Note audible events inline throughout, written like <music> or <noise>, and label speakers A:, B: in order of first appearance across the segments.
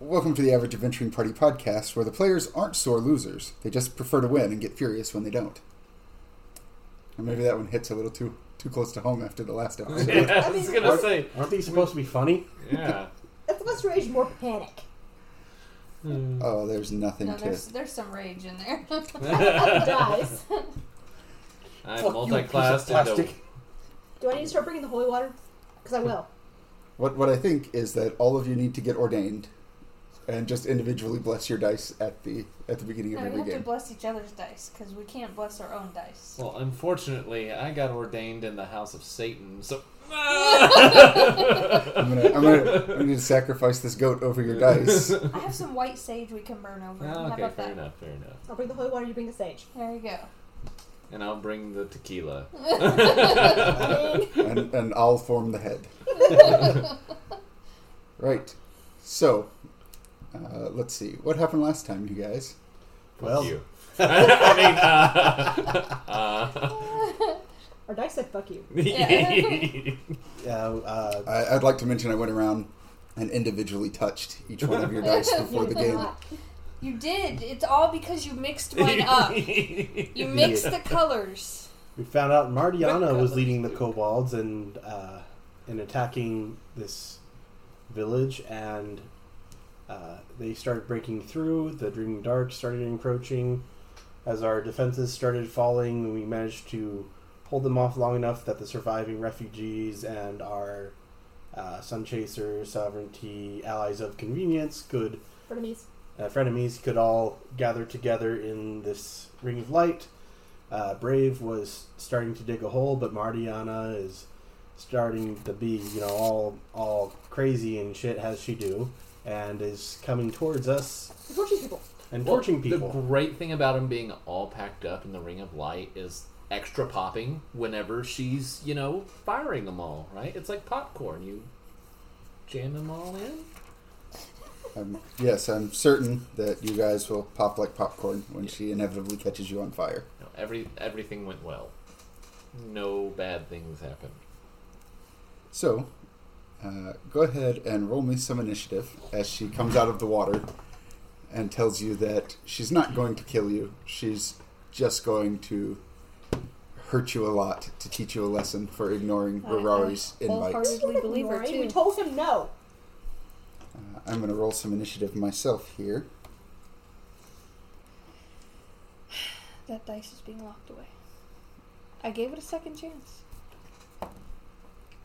A: Welcome to the Average Adventuring Party podcast, where the players aren't sore losers. They just prefer to win and get furious when they don't. And maybe that one hits a little too too close to home after the last hour.
B: <laughs> Yeah, I was gonna say.
C: Aren't these supposed to be funny?
B: Yeah.
D: It's less rage, more panic.
A: oh, there's nothing
E: No,
A: to
E: there's there's some rage in there. <laughs>
A: <laughs>
B: <laughs>
D: Dies.
B: I
C: Fuck you, piece of
B: multi-classed into.
C: plastic.
D: Do I need to start bringing the holy water? Because I will.
A: What what I think is that all of you need to get ordained, and just individually bless your dice at the at the beginning of
E: no, we
A: every
E: have to
A: game.
E: bless each other's dice because we can't bless our own dice.
B: Well, unfortunately, I got ordained in the house of Satan, so. <laughs>
A: I'm gonna I'm gonna I'm gonna need to sacrifice this goat over your dice.
E: I have some white sage we can burn over. How
B: Ah, okay,
E: about
B: fair
E: that?
B: enough, fair enough.
D: I'll bring the holy water, you bring the
A: <laughs>
D: sage.
E: There you go.
B: And I'll bring the tequila.
E: <laughs>
D: I mean,
A: and, and I'll form the head. right. So, uh, let's see. What happened last time, you guys?
C: Well,
B: you. I mean, uh,
D: our dice said fuck you.
B: <laughs>
E: Yeah.
C: uh, uh,
A: I, I'd like to mention I went around and individually touched each one of your dice before the game.
E: You did. It's all because you
B: <laughs>
E: mixed mine up. You mixed the colors.
C: we found out Mardiana was leading the kobolds and uh, and attacking this village, and uh, they started breaking through. The Dreaming Dark started encroaching. As our defenses started falling, we managed to hold them off long enough that the surviving refugees and our uh, Sun Chaser, Sovereignty, allies of convenience could
D: Frenemies.
C: uh, frenemies could all gather together in this ring of light. Uh, Brave was starting to dig a hole, but Mardiana is starting to be, you know, all all crazy and shit as she do, and is coming towards us
D: The torches people.
C: and
B: Well,
C: torching people.
B: The great thing about him being all packed up in the Ring of Light is extra popping whenever she's, you know, firing them all, right? It's like popcorn. You jam them all in.
A: Um, yes, I'm certain that you guys will pop like popcorn when she inevitably catches you on fire.
B: No, every everything went well. No bad things happened.
A: So, uh, go ahead and roll me some initiative as she comes out of the water and tells you that she's not going to kill you. She's just going to hurt you a lot to teach you a lesson for ignoring
E: I- I
A: Rorari's invites.
E: Wholeheartedly believe her
D: Rory, We
E: too.
D: told him no.
A: Uh, I'm going to roll some initiative myself here.
E: That dice is being locked away. I gave it a second chance.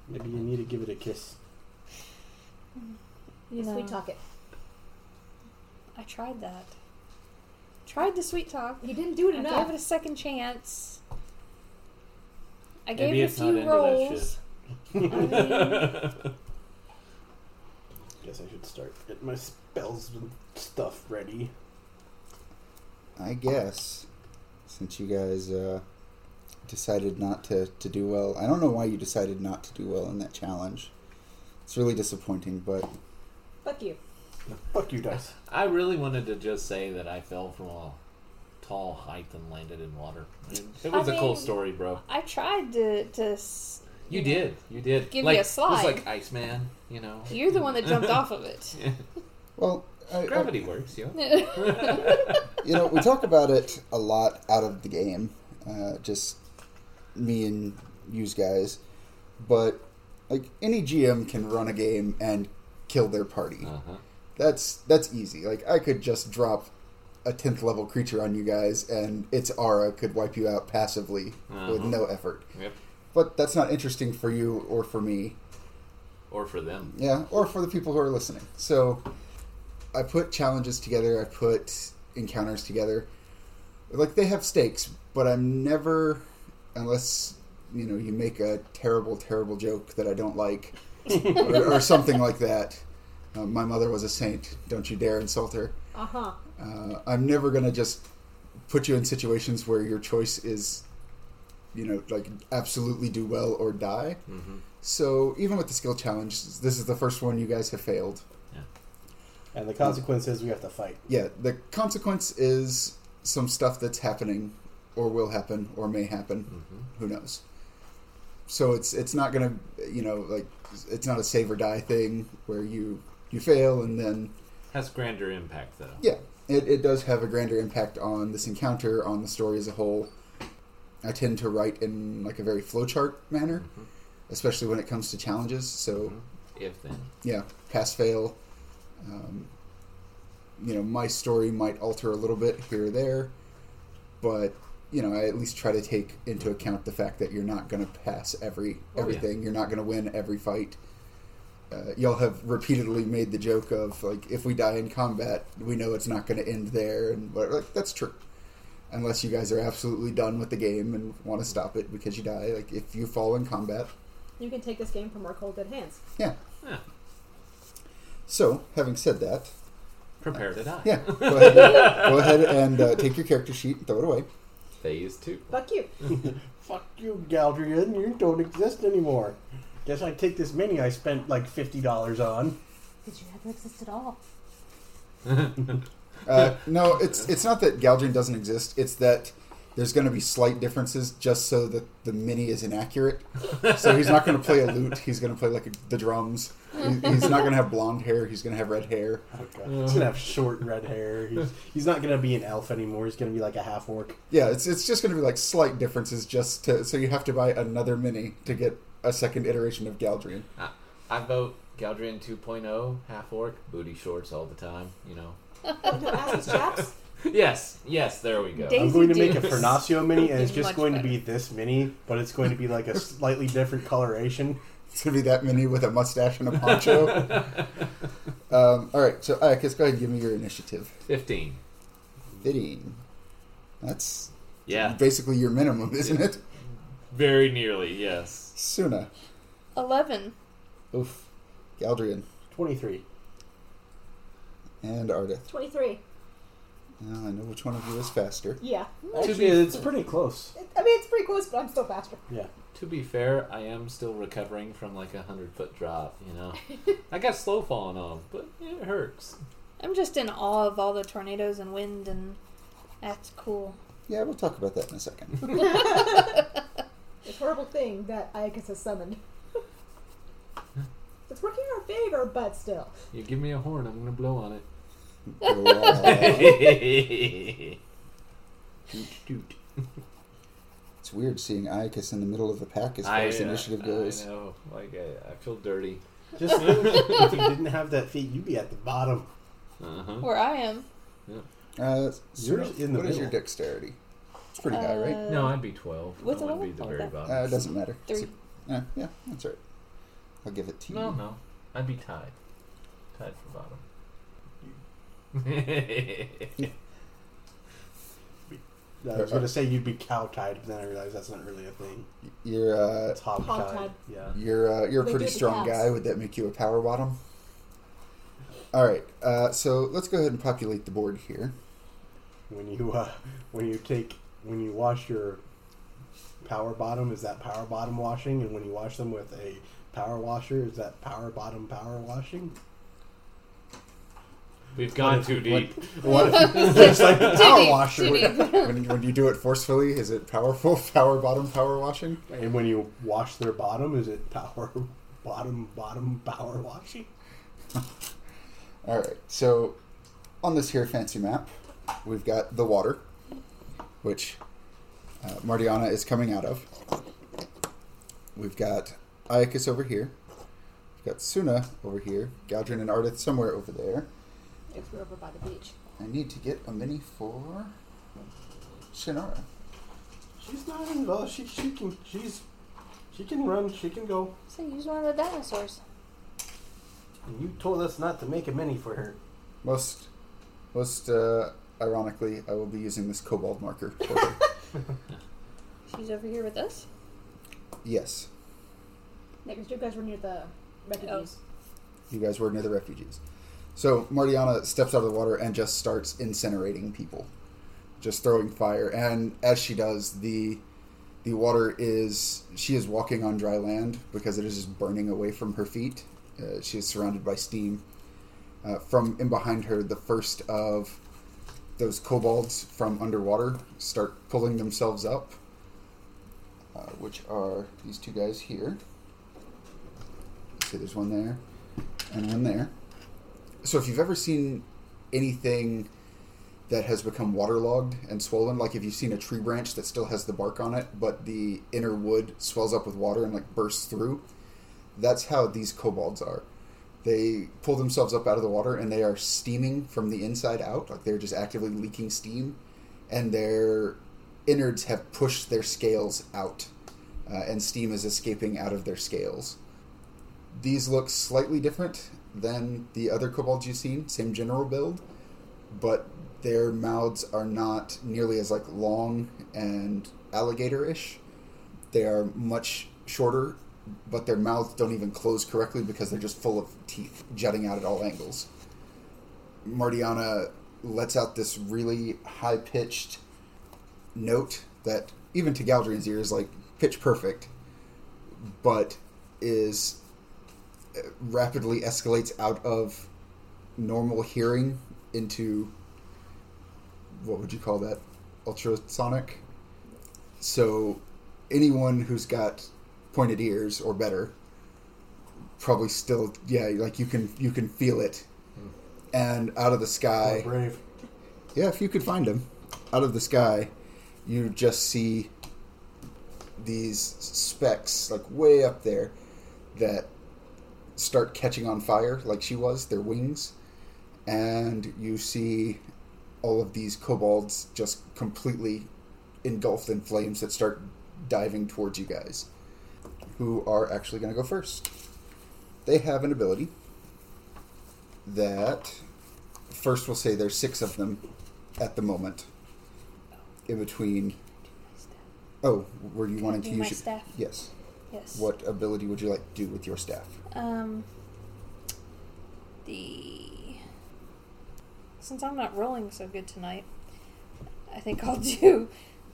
C: Maybe you need to give it a kiss.
E: You know,
D: Sweet talk it.
E: I tried that. Tried the sweet talk.
D: He didn't do it
E: I
D: enough.
E: gave it a second chance. I gave
B: Maybe
E: it a
B: it's not
E: few
B: into that
E: rolls. I
C: Guess I should start getting my spells and stuff ready.
A: I guess, since you guys uh, decided not to, to do well, I don't know why you decided not to do well in that challenge. It's really disappointing, but
D: Fuck you.
C: Fuck you, dice.
B: I really wanted to just say that I fell from a tall height and landed in water. It was a
E: I
B: cool
E: mean-
B: story, bro.
E: I tried to to. s-
B: You did. You did.
E: Give
B: like,
E: you a
B: It was
E: slide.
B: like Iceman, you know.
E: You're the one
C: <laughs>
E: that jumped off of it.
A: well, I, I,
B: <laughs> Gravity works, yo.
E: <laughs>
A: you know, we talk about it a lot out of the game, uh, just me and yous guys. But like any GM can run a game and kill their party.
B: Uh-huh.
A: That's that's easy. Like I could just drop a tenth level creature on you guys, and its aura could wipe you out passively with
B: Uh-huh.
A: no effort.
B: Yep.
A: But that's not interesting for you or for me.
B: Or for them.
A: Yeah, or for the people who are listening. So I put challenges together, I put encounters together. Like they have stakes, but I'm never unless you know you make a terrible terrible joke that I don't like or, or something like that. Uh, my mother was a saint. Don't you dare insult her.
D: Uh huh.
A: Uh, I'm never going to just put you in situations where your choice is, you know, like absolutely do well or die.
B: Mm-hmm.
A: So even with the skill challenge, this is the first one you guys have failed.
C: And the consequence is we have to fight.
A: Yeah, the consequence is some stuff that's happening, or will happen, or may happen.
B: Mm-hmm.
A: Who knows? So it's it's not gonna you know like it's not a save or die thing where you you fail and then
B: Has grander impact though.
A: Yeah, it, it does have a grander impact on this encounter, on the story as a whole. I tend to write in like a very flowchart manner, especially when it comes to challenges. So
B: If then.
A: yeah, pass fail. Um, you know, my story might alter a little bit here or there, but you know, I at least try to take into account the fact that you're not going to pass every
B: yeah.
A: everything. You're not going to win every fight. Uh, y'all have repeatedly made the joke of like, if we die in combat, we know it's not going to end there, and what like that's true. Unless you guys are absolutely done with the game and want to stop it because you die. Like if you fall in combat,
D: You can take this game from our cold dead hands.
A: yeah.
B: Yeah.
A: So having said that,
B: Prepare to die.
A: Yeah, go ahead, go ahead and uh, take your character sheet and throw it away.
B: Phase two.
D: Fuck
A: <laughs>
D: you.
C: Fuck you, Galdrian. You don't exist anymore. Guess I take this mini I spent like fifty dollars on.
E: Did you ever exist at <laughs> all?
A: Uh, no, it's it's not that Galdrian doesn't exist. It's that there's going to be slight differences just so that the mini is inaccurate. So he's not going to play a lute. He's going to play like the drums. He- He's not going to have blonde hair. He's going to have red hair.
C: Oh, God. He's gonna have short red hair. He's, he's not gonna be an elf anymore. He's gonna be like a half orc.
A: Yeah, it's it's just going to be like slight differences just to so you have to buy another mini to get a second iteration of Galdrian.
B: I, I vote Galdrian 2.0, half orc, booty shorts all the time, you know. <laughs>
D: What, no asses chaps?
B: Yes, yes, there we go.
E: Daisy
C: I'm going to make a
E: Dukes.
C: Fernacio mini, and it's
E: Is
C: just
E: much
C: going to
E: better.
C: be this mini, but it's going to be like a slightly different coloration.
A: It's going to be that mini with a mustache and a poncho.
C: <laughs>
A: um, all right, so Iacus, go ahead and give me your initiative.
B: 15.
A: fitting. That's
B: Yeah,
A: basically your minimum, isn't it?
B: very nearly, yes.
A: Suna.
E: Eleven.
A: Oof. Galdrian.
C: Twenty-three.
A: And Ardith.
D: 23.
A: Now I know which one of you is faster.
D: Yeah.
C: Actually, it's
D: <laughs>
C: pretty close.
D: It- I mean, it's pretty close, but I'm still faster.
C: Yeah.
B: To be fair, I am still recovering from like a 100 foot drop, you
A: <laughs>
B: know. I got slow falling on, but it hurts.
E: I'm just in awe of all the tornadoes and wind, and that's cool.
A: Yeah, we'll talk about that in a second.
B: <laughs>
D: This horrible thing that Iacus has
C: <laughs>
D: summoned. it's working in our favor, but still.
B: You give me a horn, I'm gonna blow
A: <laughs>
B: <laughs> on
A: Wow.
B: it. Doot, doot.
A: it's weird seeing Iacus in the middle of the pack as far as
B: uh,
A: initiative goes.
B: I know, like I, I feel dirty.
C: Just think, if you didn't have that feat, you'd be at the bottom. Mm.
B: Uh-huh.
E: Where I am.
A: Uh,
C: Yours
A: Suna,
C: in the
A: what is your
C: middle.
A: dexterity? It's pretty high, right?
E: Uh,
B: No, I'd be 12.
E: what's
B: I
E: the
B: would be
E: level?
B: the very
E: Oh, okay.
B: bottom.
A: Uh, it doesn't matter. It's
E: Three.
A: a- uh, yeah, that's right. I'll give it to you.
B: No, no. I'd be tied. Tied for bottom.
C: I was going to say you'd be cow-tied, but then I realized that's not really a thing.
A: You're uh,
C: It's hog-tied.
D: Hog-tied.
C: Yeah.
A: You're uh, you're a
D: They
A: pretty
D: do the
A: strong
D: cows.
A: guy. Would that make you a power bottom? All right. Uh, so let's go ahead and populate the board
D: <laughs>
A: here.
C: When you uh, when you take when you wash your power bottom, is that power bottom washing? And when you wash them with a power washer, is that power bottom power washing?
B: <laughs> We've gone too
C: What-
B: deep.
C: What? it's
E: <laughs>
C: like a power
E: deep,
C: washer.
E: too
A: <laughs>
E: deep.
A: when, when you do it forcefully, is it powerful <laughs> power bottom power washing?
C: And when you wash their bottom, is it power bottom bottom power washing?
A: All right. So on this here fancy map, we've got the water, which uh, Mardiana is coming out of. We've got Iacus over here. We've got Suna over here. Galdrin and Ardith somewhere over there.
D: It's we're over by the beach.
A: I need to get a mini for Shannara.
C: She's not involved. She she can she's she can run. She can go.
E: So use one of the dinosaurs.
C: And you told us not to make a mini for her.
A: Most, most uh, ironically, I will be using this cobalt
D: <laughs>
A: marker. For her.
E: She's over here with us.
A: yes,
D: Yeah, because you guys were near the refugees.
A: you guys were near the refugees. So Martiana steps out of the water and just starts incinerating people, just throwing fire. And as she does, the the water is she is walking on dry land because it is just burning away from her feet. Uh, she is surrounded by steam. Uh, from in behind her, the first of those kobolds from underwater start pulling themselves up, uh, which are these two guys here. Let's see, there's one there and one there. So if you've ever seen anything that has become waterlogged and swollen. Like if you've seen a tree branch that still has the bark on it, but the inner wood swells up with water and like bursts through. That's how these kobolds are. They pull themselves up out of the water and they are steaming from the inside out. Like they're just actively leaking steam, and their innards have pushed their scales out, uh, and steam is escaping out of their scales. These look slightly different than the other kobolds you've seen. Same general build, but their mouths are not nearly as like long and alligator-ish. They are much shorter, but their mouths don't even close correctly because they're just full of teeth jutting out at all angles. Mardiana lets out this really high-pitched note that even to Galdrian's ears like pitch perfect, but is uh, rapidly escalates out of normal hearing into what would you call that? Ultrasonic. So anyone who's got pointed ears or better probably still yeah, like you can you can feel it. And out of the
C: We're
A: sky
C: brave.
A: Yeah, if you could find them. Out of the sky, you just see these specks like way up there that start catching on fire like she was, their wings. And you see all of these kobolds just completely engulfed in flames that start diving towards you guys, who are actually going to go first. They have an ability that, first, we'll say there's six of them at the moment. In between. Oh, were you wanting to
E: do
A: use
E: my
A: your-
E: staff?
A: Yes.
E: Yes.
A: What ability would you like to do with your staff?
E: Um. The. Since I'm not rolling so good tonight, I think <laughs> I'll do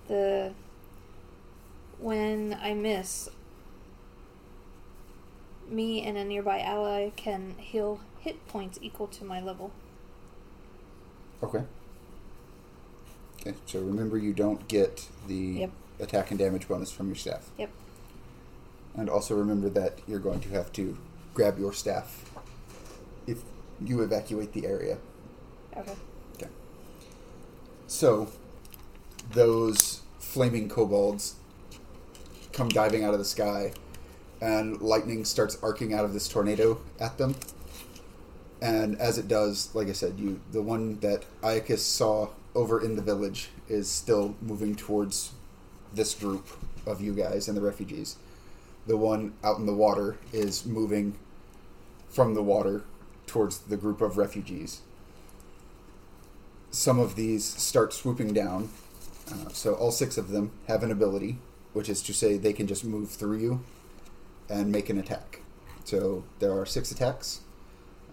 E: the. When I miss, me and a nearby ally can heal hit points equal to my level.
A: Okay. Okay, so remember you don't get the
E: Yep.
A: attack and damage bonus from your staff.
E: Yep.
A: And also remember that you're going to have to grab your staff if you evacuate the area.
E: Okay.
A: Okay. So, those flaming kobolds come diving out of the sky, and lightning starts arcing out of this tornado at them. And as it does, like I said, you the one that Iacus saw over in the village is still moving towards this group of you guys and the refugees. The one out in the water is moving from the water towards the group of refugees some of these start swooping down. Uh, so all six of them have an ability, which is to say they can just move through you and make an attack. So there are six attacks.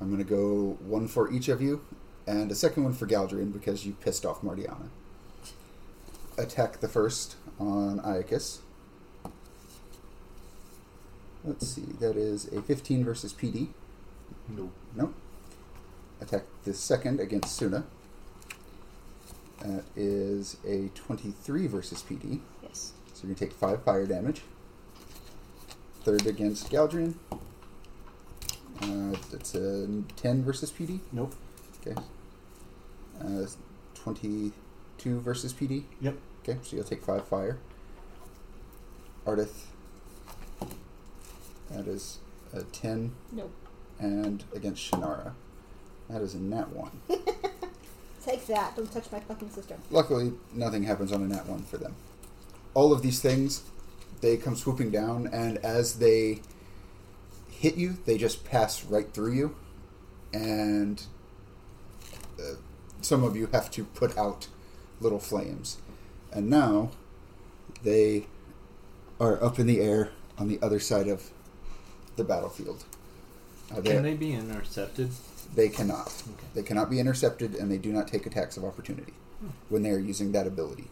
A: I'm going to go one for each of you, and a second one for Galdrian because you pissed off Mardiana. Attack the first on Iacus. Let's see, that is a 15 versus PD.
C: Nope.
A: Nope. Attack the second against Suna. That is a 23 versus PD.
E: Yes.
A: So you're going to take 5 fire damage. Third against Galdrian. Uh, that's a 10 versus PD.
C: Nope.
A: Okay. Uh, 22 versus PD.
C: Yep.
A: Okay, so you'll take 5 fire. Ardith. That is a 10
D: Nope.
A: and against Shannara. That is a nat one.
D: Take that. Don't touch my fucking sister.
A: Luckily, nothing happens on a nat one for them. All of these things, they come swooping down, and as they hit you, they just pass right through you, and uh, some of you have to put out little flames. And now they are up in the air on the other side of the battlefield. Uh,
B: Can they be intercepted?
A: They cannot.
B: Okay.
A: They cannot be intercepted, and they do not take attacks of opportunity
D: Hmm.
A: when they are using that ability.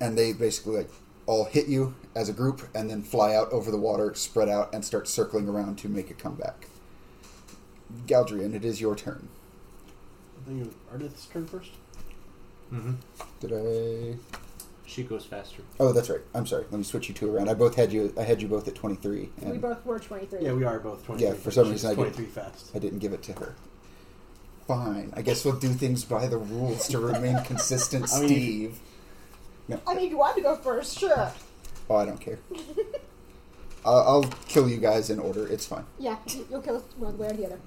A: And they basically like all hit you as a group, and then fly out over the water, spread out, and start circling around to make a comeback. Galdrian, it is your turn.
C: I think it was Ardith's turn first.
B: Mm-hmm.
A: Did I?
B: She goes faster.
A: Oh, that's right. I'm sorry. Let me switch you two around. I both had you. I had you both at 23,
D: we
A: and
D: both were 23.
C: Yeah, we are both 23.
A: Yeah, for some
C: She's
A: reason I did.
C: 23 fast.
A: I didn't give it to her. Fine. I guess we'll do things by the rules to remain
D: <laughs>
A: consistent,
C: I mean-
A: Steve.
D: I mean, if you want to go first, sure.
A: Oh, I don't
C: <laughs>
A: care. I'll, I'll kill you guys in order. It's fine.
D: Yeah, you'll kill us one way or the other.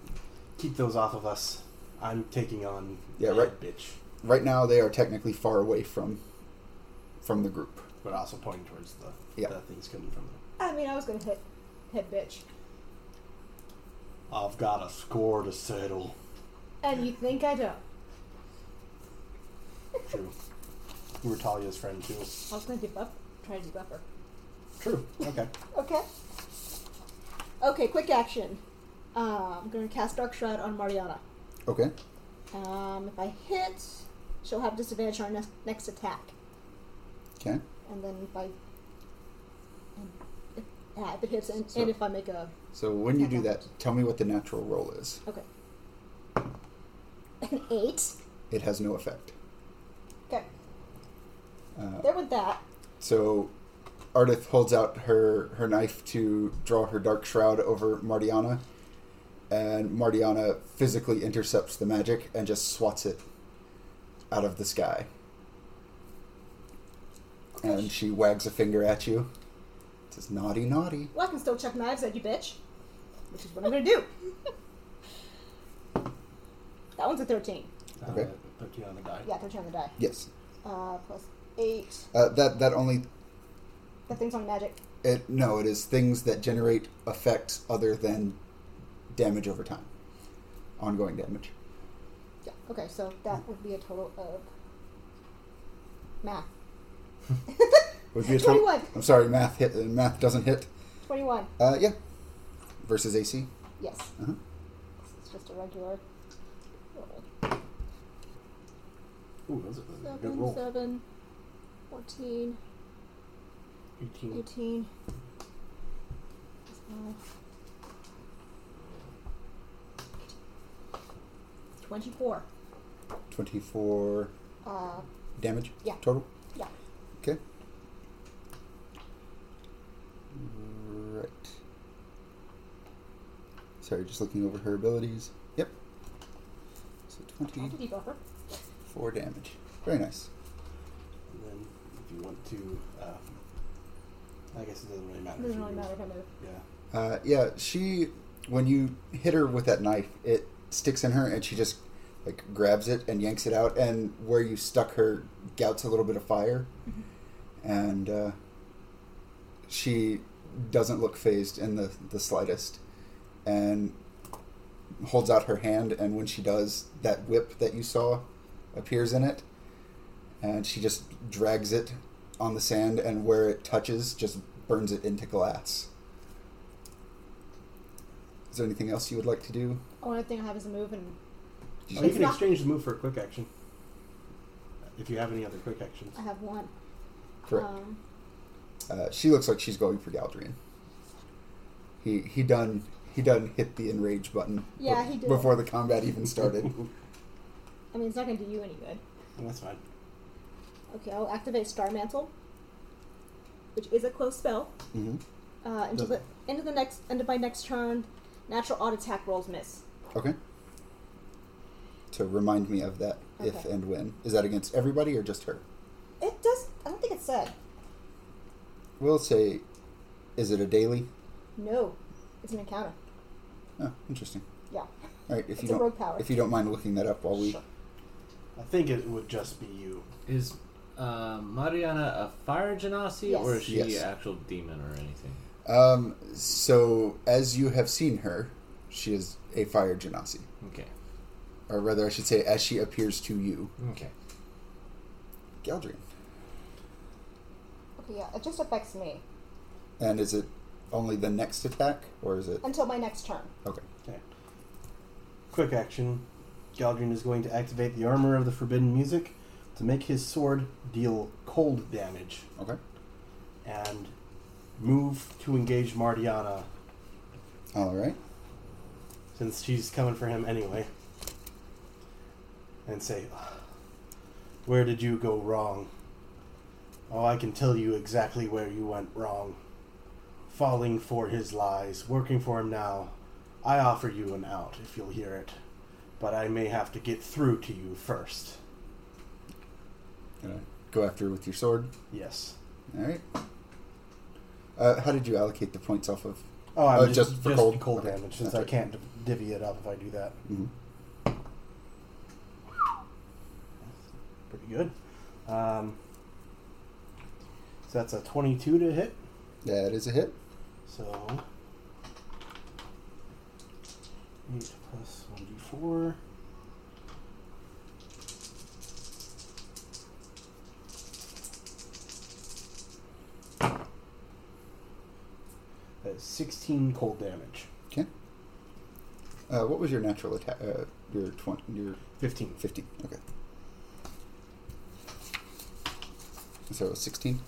C: Keep those off of us. I'm taking on
A: Yeah,
C: the
A: right.
C: bitch,
A: Right now, they are technically far away from from the group.
C: but also pointing towards the,
A: Yeah.
C: the things coming from them.
D: I mean, I was gonna hit, hit bitch.
C: I've got a score to settle.
D: And you think I don't?
C: True. You were Talia's friend too.
D: <laughs> I was gonna debuff, try to debuff her.
C: True. Okay.
D: Okay. Okay, quick action. Uh, I'm gonna cast Dark Shroud on Mariana.
A: Okay.
D: Um, if I hit, she'll have disadvantage on her next, next attack.
A: Okay.
D: And then if I. And if, yeah, if it hits, and,
A: So-
D: and if I make a.
A: So when you do that, tell me what the natural roll is.
D: Okay. An 8.
A: It has no effect.
D: Okay,
A: Uh,
D: there went that.
A: So Ardith holds out her, her knife to draw her dark shroud over Mardiana, and Mardiana physically intercepts the magic and just swats it out of the sky. And she wags a finger at you. Says naughty naughty.
D: Well, I can still chuck knives at you, bitch. Which is what I'm gonna
A: <laughs>
D: do. that one's a 13.
A: Okay.
C: Uh, Thirteen on the die.
D: Yeah, 13 on the die.
A: Yes.
D: Uh, plus 8.
A: Uh, that that only
D: That thing's on magic.
A: it no, it is things that generate effects other than damage over time. Ongoing damage.
D: Yeah. Okay, so that would be a total of. Math.
A: Would be a
D: 21.
A: I'm sorry, math hit. uh, Math doesn't hit.
D: 21.
A: Uh, yeah. Versus AC.
D: Yes.
A: Uh-huh.
D: This is just a regular roll.
C: Ooh, that was a good
D: 7,
C: roll.
D: 7, 14,
C: Eighteen.
D: 18. Twenty-four.
A: 24
D: Uh,
A: damage
D: Yeah.
A: total.
D: yeah.
A: Okay. Right. Sorry, just looking over her abilities. Yep. So
D: Trying to
A: 24
D: debuff her.
A: damage. Very nice.
C: And then if you want to, uh, I guess it doesn't really matter. if
D: Doesn't
C: you
D: really
C: move.
D: matter if I move.
C: Yeah.
A: Uh, yeah, she. When you hit her with that knife, it sticks in her, and she just like grabs it and yanks it out. And where you stuck her, gouts a little bit of fire, and uh, she doesn't look phased in the the slightest, and holds out her hand. And when she does, that whip that you saw appears in it, and she just drags it on the sand, and where it touches, just burns it into glass. Is there anything else you would like to do?
D: Only thing I have is a move, and
C: Oh, you
D: It's
C: can
D: not-
C: exchange the move for a quick action. If you have any other quick actions.
D: I have one.
A: Correct.
D: Um,
A: Uh, she looks like she's going for Galdrian. He he done he done hit the enrage button.
D: Yeah,
A: be-
D: he did.
A: Before the combat even
C: <laughs>
A: started.
D: I mean, it's not going to do you any good.
C: That's fine.
D: Okay, I'll activate Star Mantle, which is a close spell.
A: hmm
D: Uh, until the end of the next end of my next turn, natural odd attack rolls miss.
A: Okay. To remind me of that, if
D: Okay.
A: and when is that against everybody or just her?
D: It does. I don't think it said.
A: We'll say, is it a daily?
D: No, it's an encounter.
A: Oh, interesting.
D: Yeah.
A: All right, if
D: It's
A: you
D: a
A: don't
D: rogue power.
A: if you don't mind looking that up while we
D: Sure.
C: I think it would just be you.
B: Is uh, Mariana a fire genasi
D: Yes.
B: or is she
A: Yes.
B: an actual demon or anything?
A: Um, so, as you have seen her, she is a fire genasi.
B: Okay.
A: Or rather, I should say, as she appears to you.
B: Okay.
A: Galdrian.
D: Okay, yeah, it just affects me
A: And is it only the next attack, or is it...
D: until my next turn.
A: Okay.
C: Okay. Quick action. Galdrin is going to activate the armor of the forbidden music to make his sword deal cold damage
A: Okay.
C: and move to engage Mardiana
A: All right.
C: since she's coming for him anyway. And say, Where did you go wrong? Oh, I can tell you exactly where you went wrong. Falling for his lies, working for him now. I offer you an out if you'll hear it. but I may have to get through to you first.
A: Gonna go after her with your sword.
C: Yes.
A: All right. Uh, how did you allocate the points off of?
C: Oh, I'm
A: Oh,
C: just,
A: just
C: just
A: for
C: cold,
A: cold?
C: cold
A: Okay.
C: damage since
A: That's
C: I
A: right.
C: can't divvy it up if I do that.
A: Mhm.
C: Pretty good. Um, so that's a 22 to hit.
A: That is a hit.
C: So. 8 plus 1d4. That's 16 cold damage.
A: Okay. Uh, what was your natural attack? Uh, your twenty. Your
C: 15.
A: fifteen. Okay. So sixteen.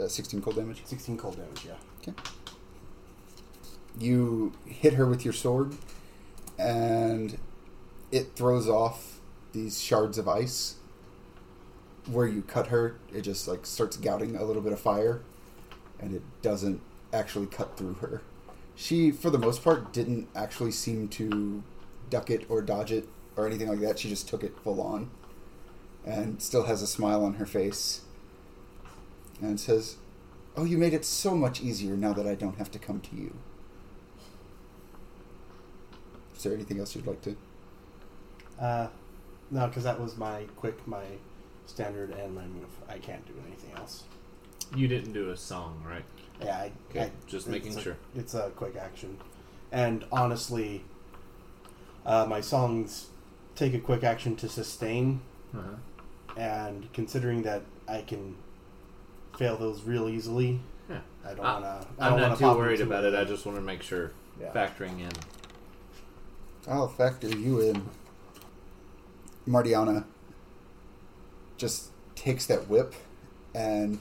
A: Uh, sixteen cold damage.
C: 16 cold damage, yeah.
A: Okay. You hit her with your sword, and it throws off these shards of ice. Where you cut her, it just like starts gouting a little bit of fire, and it doesn't actually cut through her. She, for the most part, didn't actually seem to duck it or dodge it or anything like that. She just took it full on, and still has a smile on her face, and says, Oh, you made it so much easier now that I don't have to come to you. Is there anything else you'd like to?
C: Uh, no, because that was my quick, my standard, and my move. I can't do anything else.
B: You didn't do a song, right?
C: Yeah, I,
B: Okay,
C: I-
B: just
C: it's
B: making
C: a-
B: sure.
C: It's a quick action, and honestly, uh, my songs take a quick action to sustain,
B: Uh-huh.
C: and considering that I can fail those real easily,
B: Yeah.
C: I don't
B: I-
C: want to.
B: Ah, I'm not too worried about it. I just want to make sure
C: Yeah.
B: factoring in.
A: I'll factor you in. Martiana just takes that whip and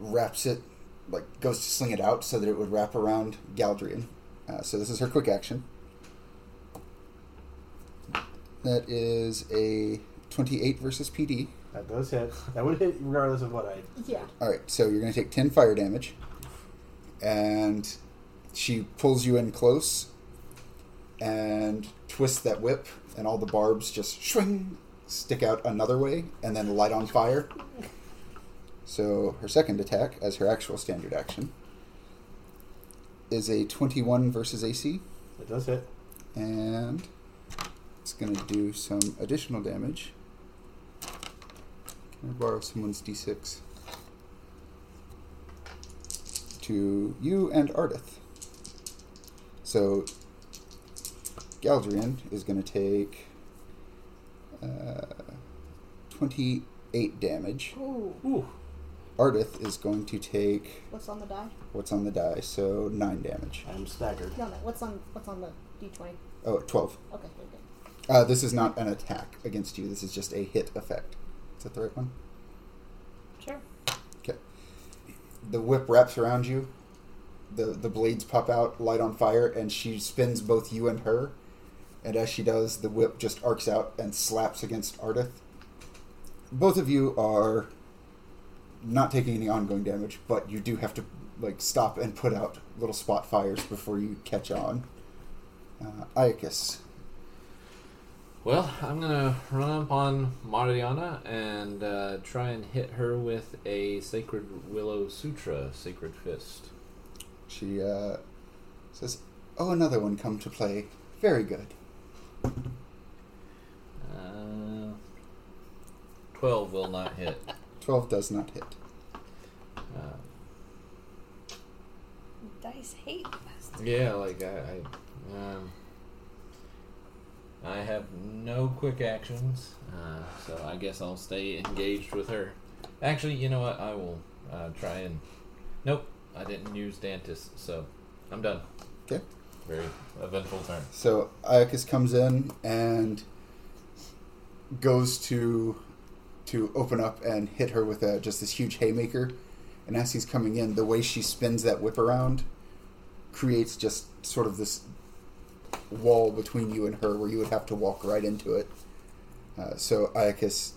A: wraps it, like goes to sling it out so that it would wrap around Galdrian. Uh, so this is her quick action. That is a 28 versus PD.
C: That does hit. That would hit regardless of what I.
D: Yeah.
A: All right, so you're going to take 10 fire damage. And she pulls you in close and twists that whip, and all the barbs just swing, stick out another way, and then light on fire. So her second attack, as her actual standard action, is a 21 versus AC,
C: It does hit.
A: and it's going to do some additional damage. Can I borrow someone's d6? To you and Ardith. So, Galdrian is going to take uh, 28 damage.
D: Ooh.
B: Ooh.
A: Ardith is going to take
D: What's on the die?
A: what's on the die, so 9 damage.
C: I'm staggered.
D: No, no. What's on What's on the d20?
A: Oh, 12.
D: Okay. Very good.
A: Uh, this is not an attack against you, this is just a hit effect. Is that the right one?
E: Sure.
A: Okay. The whip wraps around you. The the blades pop out, light on fire, and she spins both you and her. And as she does, the whip just arcs out and slaps against Ardith. Both of you are not taking any ongoing damage, but you do have to like stop and put out little spot fires before you catch on. Uh, Iacus.
B: Well, I'm gonna run up on Mariana and uh, try and hit her with a Sacred Willow Sutra, Sacred Fist.
A: She uh, says, "Oh, another one come to play. Very good."
B: Uh, Twelve will not hit.
A: Twelve does not hit.
B: Uh,
E: Dice hate bastards.
B: yeah, like I, I, um, I have no quick actions, uh, so I guess I'll stay engaged with her. Actually, you know what? I will uh, try and. Nope, I didn't use Dantis, so I'm done.
A: Okay.
B: Very eventful turn.
A: So Iacus comes in and goes to to open up and hit her with a, just this huge haymaker. And as he's coming in, the way she spins that whip around creates just sort of this wall between you and her, where you would have to walk right into it. Uh, so Iacus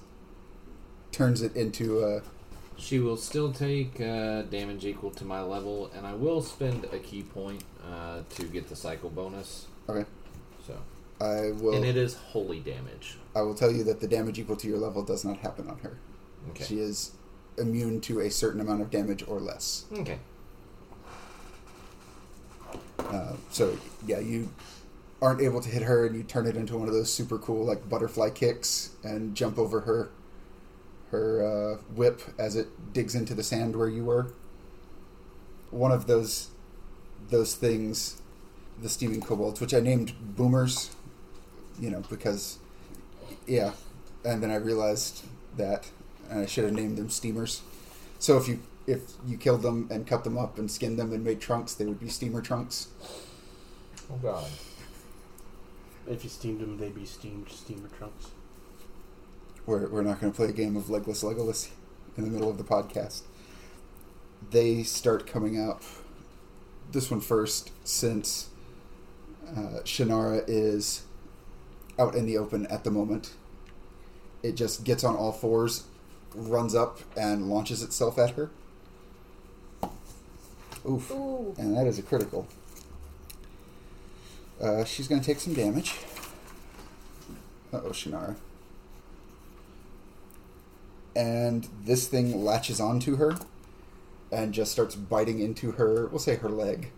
A: turns it into uh, a
B: She will still take uh, damage equal to my level, and I will spend a key point uh, to get the cycle bonus.
A: okay.
B: So
A: I will.
B: and it is holy damage.
A: I will tell you that the damage equal to your level does not happen on her.
B: Okay.
A: She is immune to a certain amount of damage or less.
B: okay.
A: Uh, so yeah, you aren't able to hit her, and you turn it into one of those super cool like butterfly kicks and jump over her her uh, whip as it digs into the sand where you were. One of those those things, the steaming kobolds, which I named boomers, you know, because yeah, and then I realized that and I should have named them steamers. So if you if you killed them and cut them up and skinned them and made trunks, they would be steamer trunks.
B: Oh god.
C: If you steamed them, they'd be steamed steamer trunks.
A: We're, we're not going to play a game of legless legolas in the middle of the podcast. They start coming up. This one first, since uh, Shannara is out in the open at the moment. It just gets on all fours, runs up, and launches itself at her. Oof.
D: Ooh.
A: And that is a critical. Uh, she's going to take some damage. Uh oh, Shannara. And this thing latches onto her and just starts biting into her, we'll say her leg,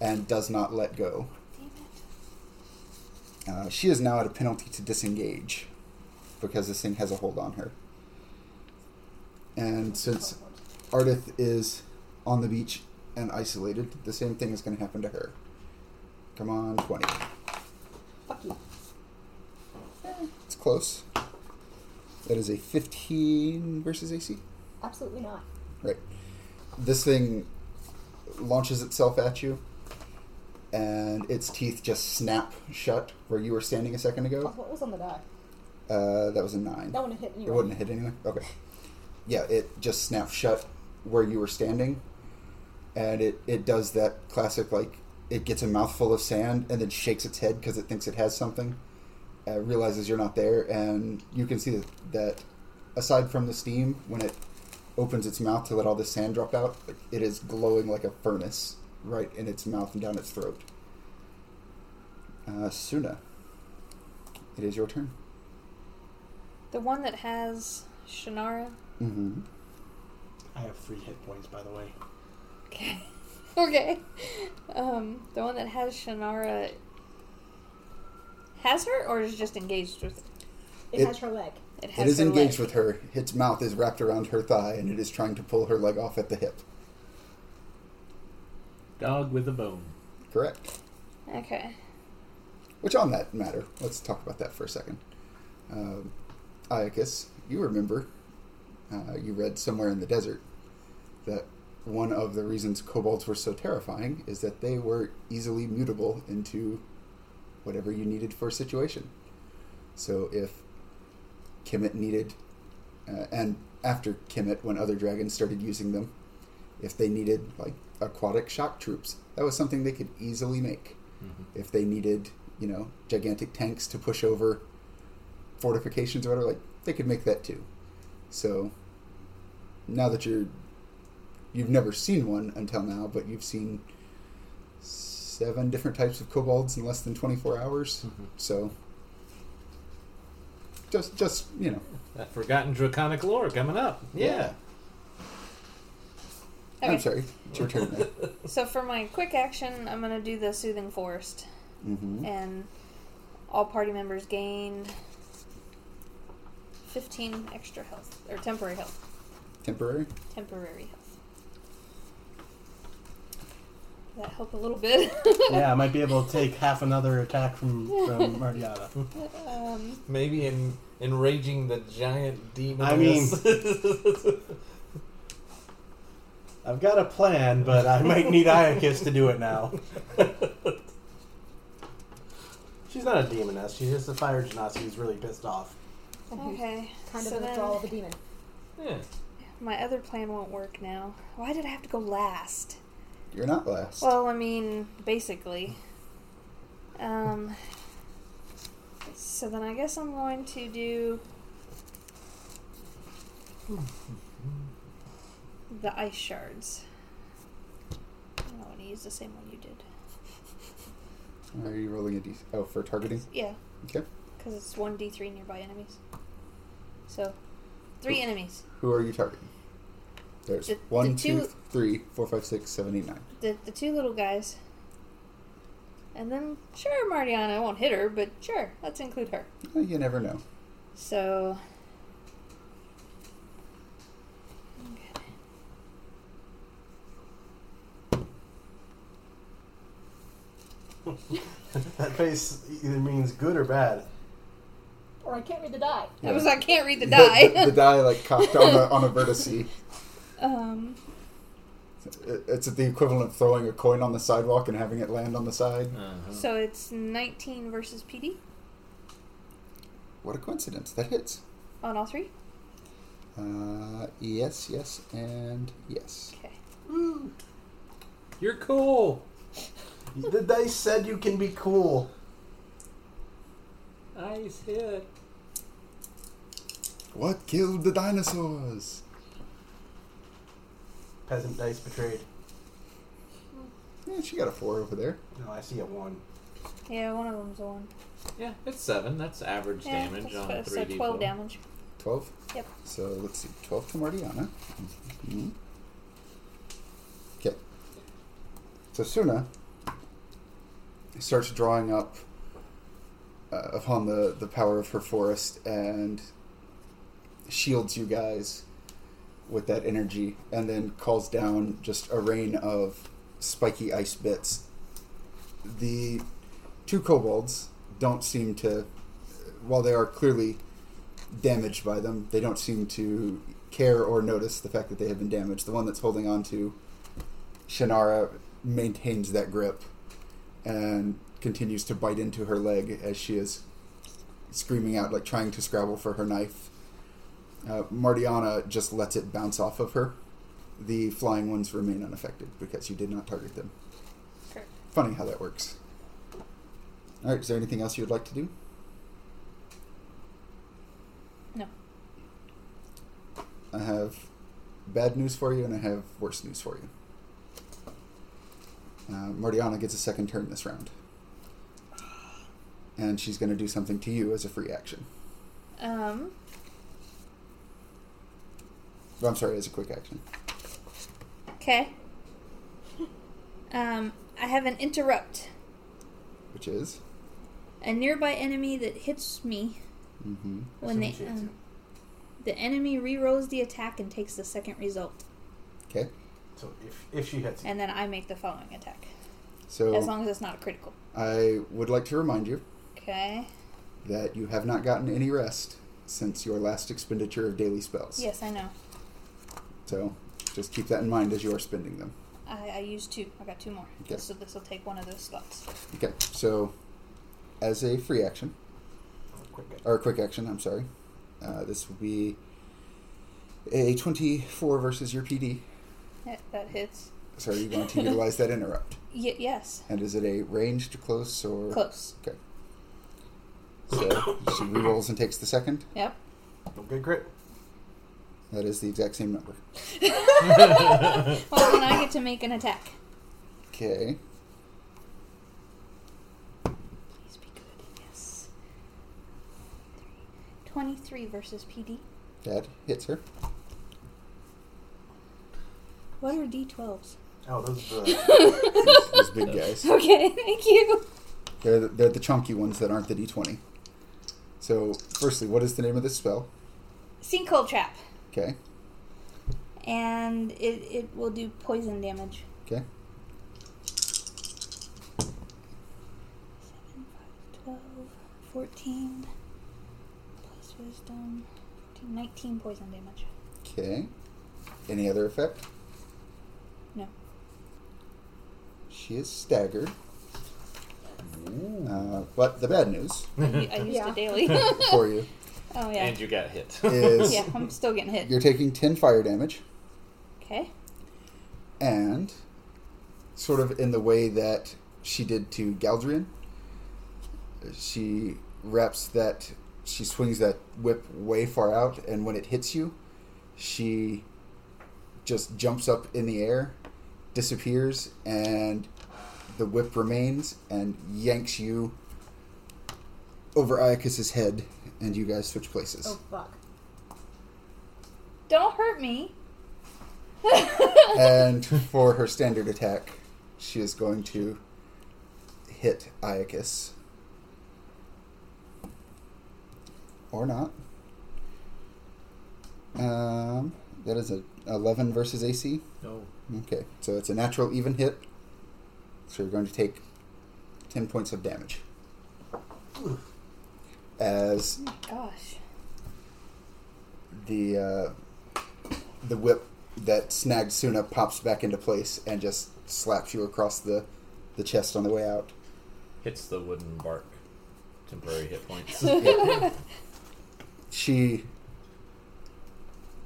A: and does not let go.
E: Damn it.
A: Uh, she is now at a penalty to disengage because this thing has a hold on her. And since
D: Oh,
A: Ardith is on the beach and isolated, the same thing is going to happen to her. Come on, 20.
D: Fuck you.
A: It's close. That is a 15 versus AC.
D: Absolutely not.
A: Right. This thing launches itself at you, and its teeth just snap shut where you were standing a second
D: Oh,
A: ago.
D: what was on the die?
A: Uh, that was a 9.
D: That wouldn't hit you.
A: It wouldn't hit anyway. Okay. Yeah, it just snaps shut where you were standing, and it it does that classic like it gets a mouthful of sand and then shakes its head because it thinks it has something, uh, realizes you're not there, and you can see that, that aside from the steam, when it opens its mouth to let all the sand drop out, it is glowing like a furnace right in its mouth and down its throat. Uh, Suna, it is your turn.
E: The one that has Shannara.
A: Mm-hmm.
C: I have three hit points, by the way.
E: Okay. <laughs> okay. Um, the one that has Shannara has her or is just engaged with it?
D: It,
A: It-
D: has her leg.
E: It
A: It
E: has
A: is
E: her
A: engaged
E: leg.
A: with her. Its mouth is wrapped around her thigh, and it is trying to pull her leg off at the hip.
B: Dog with a bone.
A: Correct.
E: Okay.
A: Which, on that matter, let's talk about that for a second. Um, Iacus, you remember, uh, you read somewhere in the desert that one of the reasons kobolds were so terrifying is that they were easily mutable into whatever you needed for a situation. So if Kemet needed, uh, and after Kemet, when other dragons started using them, if they needed like aquatic shock troops, that was something they could easily make if they needed, you know, gigantic tanks to push over fortifications or whatever, like they could make that too. So now that you're you've never seen one until now, but you've seen seven different types of kobolds in less than 24 hours.
B: Mhm.
A: So just just, you know,
B: That forgotten draconic lore coming up. Yeah.
E: Okay.
A: I'm sorry. It's your turn now.
E: So for my quick action, I'm gonna do the soothing forest,
A: Mhm.
E: and all party members gained 15 extra health or temporary health,
A: Temporary?
E: temporary health. Did that help a little bit. <laughs>
C: yeah, I might be able to take half another attack from from Mardiana.
E: um,
B: Maybe in enraging the giant demon.
C: I mean- I've got a plan, but I might need Iacus to do it now. <laughs> she's not a demoness. She's just a fire genasi who's really pissed off. <laughs>
A: Mm-hmm.
D: And he's
E: okay.
D: Kind of
E: so
D: the
E: then
D: withdrawal of a demon.
B: <laughs> yeah.
E: my other plan won't work now. Why did I have to go last?
A: You're not last.
E: Well, I mean, basically. Um, so then I guess I'm going to do the ice shards. I don't know, I'm going to use the same one you did.
A: Are you rolling a d? Oh, for targeting.
E: Yeah,
A: Okay.
E: because it's one d three nearby enemies. So, three enemies.
A: Who are you targeting? There's
E: The-
A: one,
E: the
A: two,
E: two-
A: three, four, five, six, seven, eight, nine.
E: The the two little guys. And then sure, Martiana. I won't hit her, but sure, let's include her.
A: Well, Eh, you never know.
E: So.
C: that face either means good or bad.
D: Or I can't read the die.
E: I was I can't read the
A: <laughs>
E: die.
A: The, the die like cocked on a, on a vertice.
E: <laughs> um,
A: It- It's the equivalent of throwing a coin on the sidewalk and having it land on the side.
B: Uh-huh.
E: so it's 19 versus PD
A: What a coincidence! That hits.
E: on all three.
A: Uh, yes, yes, and yes.
E: Okay.
C: Woo.
B: You're cool.
C: The dice said you can be cool.
B: Nice hit.
A: What killed the dinosaurs?
C: Peasant dice betrayed.
A: Yeah, she got a four over there.
C: No, I see a one.
E: Yeah, one of them's a one.
B: Yeah, it's seven. That's average
E: Yeah,
B: damage
E: that's
B: on
E: fa-
B: three
E: so 12 damage.
A: Twelve.
E: Yep.
A: So let's see, twelve to Martiana. Mhm. Okay. So Suna starts drawing up uh, upon the the power of her forest and shields you guys with that energy, and then calls down just a rain of spiky ice bits. The two kobolds don't seem to, while they are clearly damaged by them. They don't seem to care or notice the fact that they have been damaged. The one that's holding on to Shannara maintains that grip and continues to bite into her leg as she is screaming out, like trying to scrabble for her knife. Uh, Martiana just lets it bounce off of her. The flying ones remain unaffected because you did not target them.
E: Correct.
A: Funny how that works. All right, is there anything else you would like to do?
E: No.
A: I have bad news for you, and I have worse news for you. Uh, Martiana gets a second turn this round. And she's going to do something to you as a free action.
E: Um,
A: Oh, I'm sorry, as a quick action.
E: okay. Um, I have an interrupt.
A: Which is.
E: A nearby enemy that hits me
A: Mm-hmm.
E: when they.
C: That's what she
E: Um,
C: said.
E: the enemy rerolls the attack and takes the second result,
A: Okay.
C: So if, if she hits it,
E: and then I make the following attack. As
A: So
E: long as it's not critical.
A: I would like to remind you
E: Okay.
A: that you have not gotten any rest since your last expenditure of daily spells.
E: Yes, I know.
A: So just keep that in mind as you are spending them.
E: I, I used two. I got two more.
A: Okay.
E: So this will take one of those slots.
A: Okay. So as a free action,
C: oh, quick,
A: or a quick action. I'm sorry. Uh, this will be a 24 versus your PD.
E: That, that hits.
A: So are you going
E: <laughs>
A: to utilize that interrupt?
E: Y- yes.
A: And is it a ranged, close, or
E: Close.
A: Okay. So she rerolls and takes the second. <laughs>
E: Yep.
C: Don't get crit.
A: That is the exact same number.
E: Well, then I get to make an attack.
A: Okay.
E: Please be good. Yes. 23 versus PD.
A: That hits her.
E: What
A: <laughs>
E: are D12s?
C: Oh, those are the.
A: These, these big guys.
E: <laughs> Okay, thank you.
A: They're the, they're the chunky ones that aren't the D20. So firstly, what is the name of this spell?
E: Sinkhole trap.
A: Okay.
E: And it, it will do poison damage.
A: Okay.
E: 7, 5, 12, 14. Plus wisdom. 14, 19 poison damage.
A: Okay. Any other effect?
E: No.
A: She is staggered. Uh, but the bad news <laughs>
E: I, u- I used
D: Yeah.
E: it daily.
A: for you
E: oh, yeah.
B: And you got hit.
A: is
E: Yeah, I'm still getting hit.
A: you're taking 10 fire damage,
E: Okay.
A: and sort of in the way that she did to Galdrian, she wraps that, she swings that whip way far out, and when it hits you, she just jumps up in the air, disappears, and the whip remains and yanks you over Iacus's head, and you guys switch places.
D: Oh fuck.
E: Don't hurt me.
A: and for her standard attack, she is going to hit Iacus. Or not. Um, that is a 11 versus AC.
B: No.
A: Okay, so it's a natural even hit. So you're going to take 10 points of damage. As
E: Oh Gosh.
A: the uh, the whip that snagged Suna pops back into place and just slaps you across the, the chest on the way out.
B: <laughs> Hits the wooden bark. Temporary hit
E: <laughs>
B: points.
A: She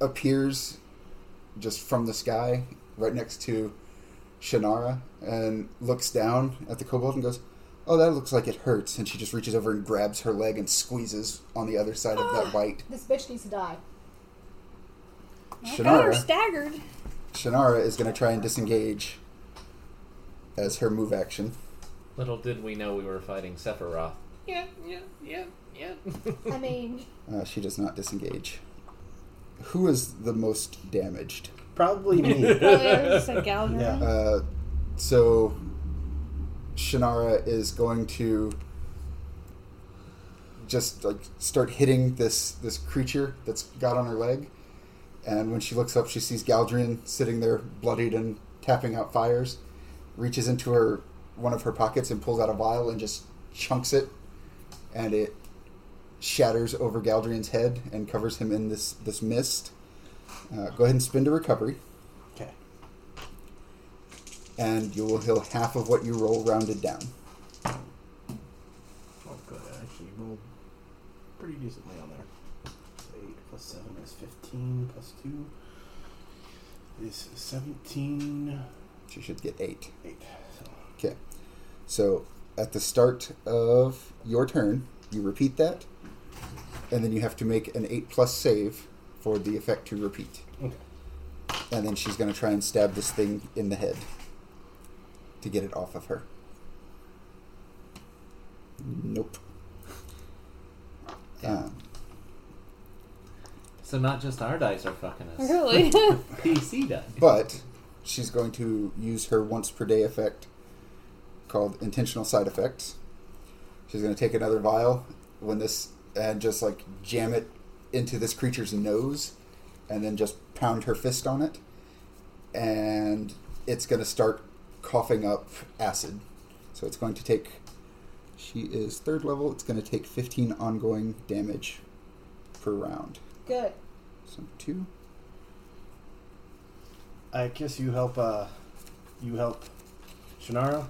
A: appears just from the sky right next to Shannara and looks down at the kobold and goes, Oh, that looks like it hurts. And she just reaches over and grabs her leg and squeezes on the other side of that bite.
D: This bitch needs to die.
E: I got her
A: Shannara,
E: staggered.
A: Shannara is going to try and disengage as her move action.
B: Little did we know we were fighting Sephiroth. Yeah, yeah, yeah, yeah.
A: <laughs>
D: I mean,
A: Uh, she does not disengage. Who is the most damaged?
C: Probably me.
E: Probably I just said Gallagher.
C: Yeah.
A: Uh, so Shannara is going to just like start hitting this this creature that's got on her leg, and when she looks up, she sees Galdrian sitting there, bloodied and tapping out fires. Reaches into her one of her pockets and pulls out a vial and just chunks it, and it shatters over Galdrian's head and covers him in this this mist. Uh, go ahead and spin to recovery
C: <laughs> okay.
A: and you will heal half of what you roll rounded down.
C: Oh, good. I actually rolled pretty decently on there. So 8 plus 7 is 15, plus 2 is 17.
A: She should get eight.
C: 8. So,
A: Okay. So at the start of your turn, you repeat that, and then you have to make an eight plus save for the effect to repeat.
C: okay.
A: And then she's going to try and stab this thing in the head to get it off of her. Nope. Um,
B: so not just our dice are fucking us.
A: <laughs>
B: <laughs>
E: Really?
B: PC dice.
A: But she's going to use her once per day effect called intentional side effects. She's going to take another vial when this and just like jam it into this creature's nose and then just pound her fist on it and it's going to start coughing up acid. So it's going to take she is third level, it's going to take 15 ongoing damage per round.
D: good.
A: So 2
C: I guess you help, uh, you help Shannara?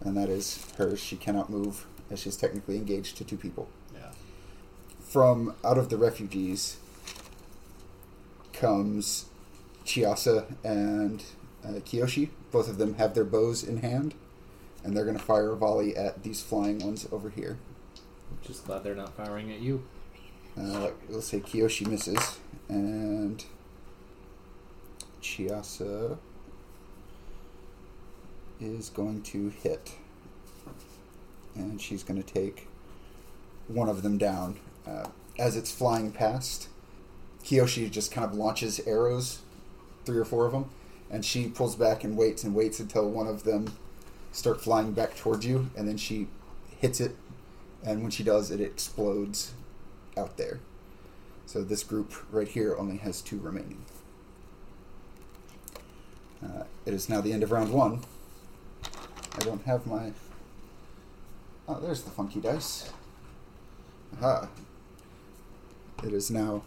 A: and that is hers. She cannot move as she's technically engaged to two people.
C: Yeah.
A: From out of the refugees comes Chiasa and uh, Kiyoshi. Both of them have their bows in hand, and they're going to fire a volley at these flying ones over here.
B: Just glad they're not firing at you.
A: Uh, let's say Kiyoshi misses, and Chiasa is going to hit. And she's going to take one of them down. Uh, as it's flying past, Kiyoshi just kind of launches arrows, three or four of them, and she pulls back and waits and waits until one of them start flying back towards you, and then she hits it, and when she does, it explodes out there. So this group right here only has two remaining. Uh, it is now the end of round one. I don't have my. Oh, there's the funky dice. Aha. It is now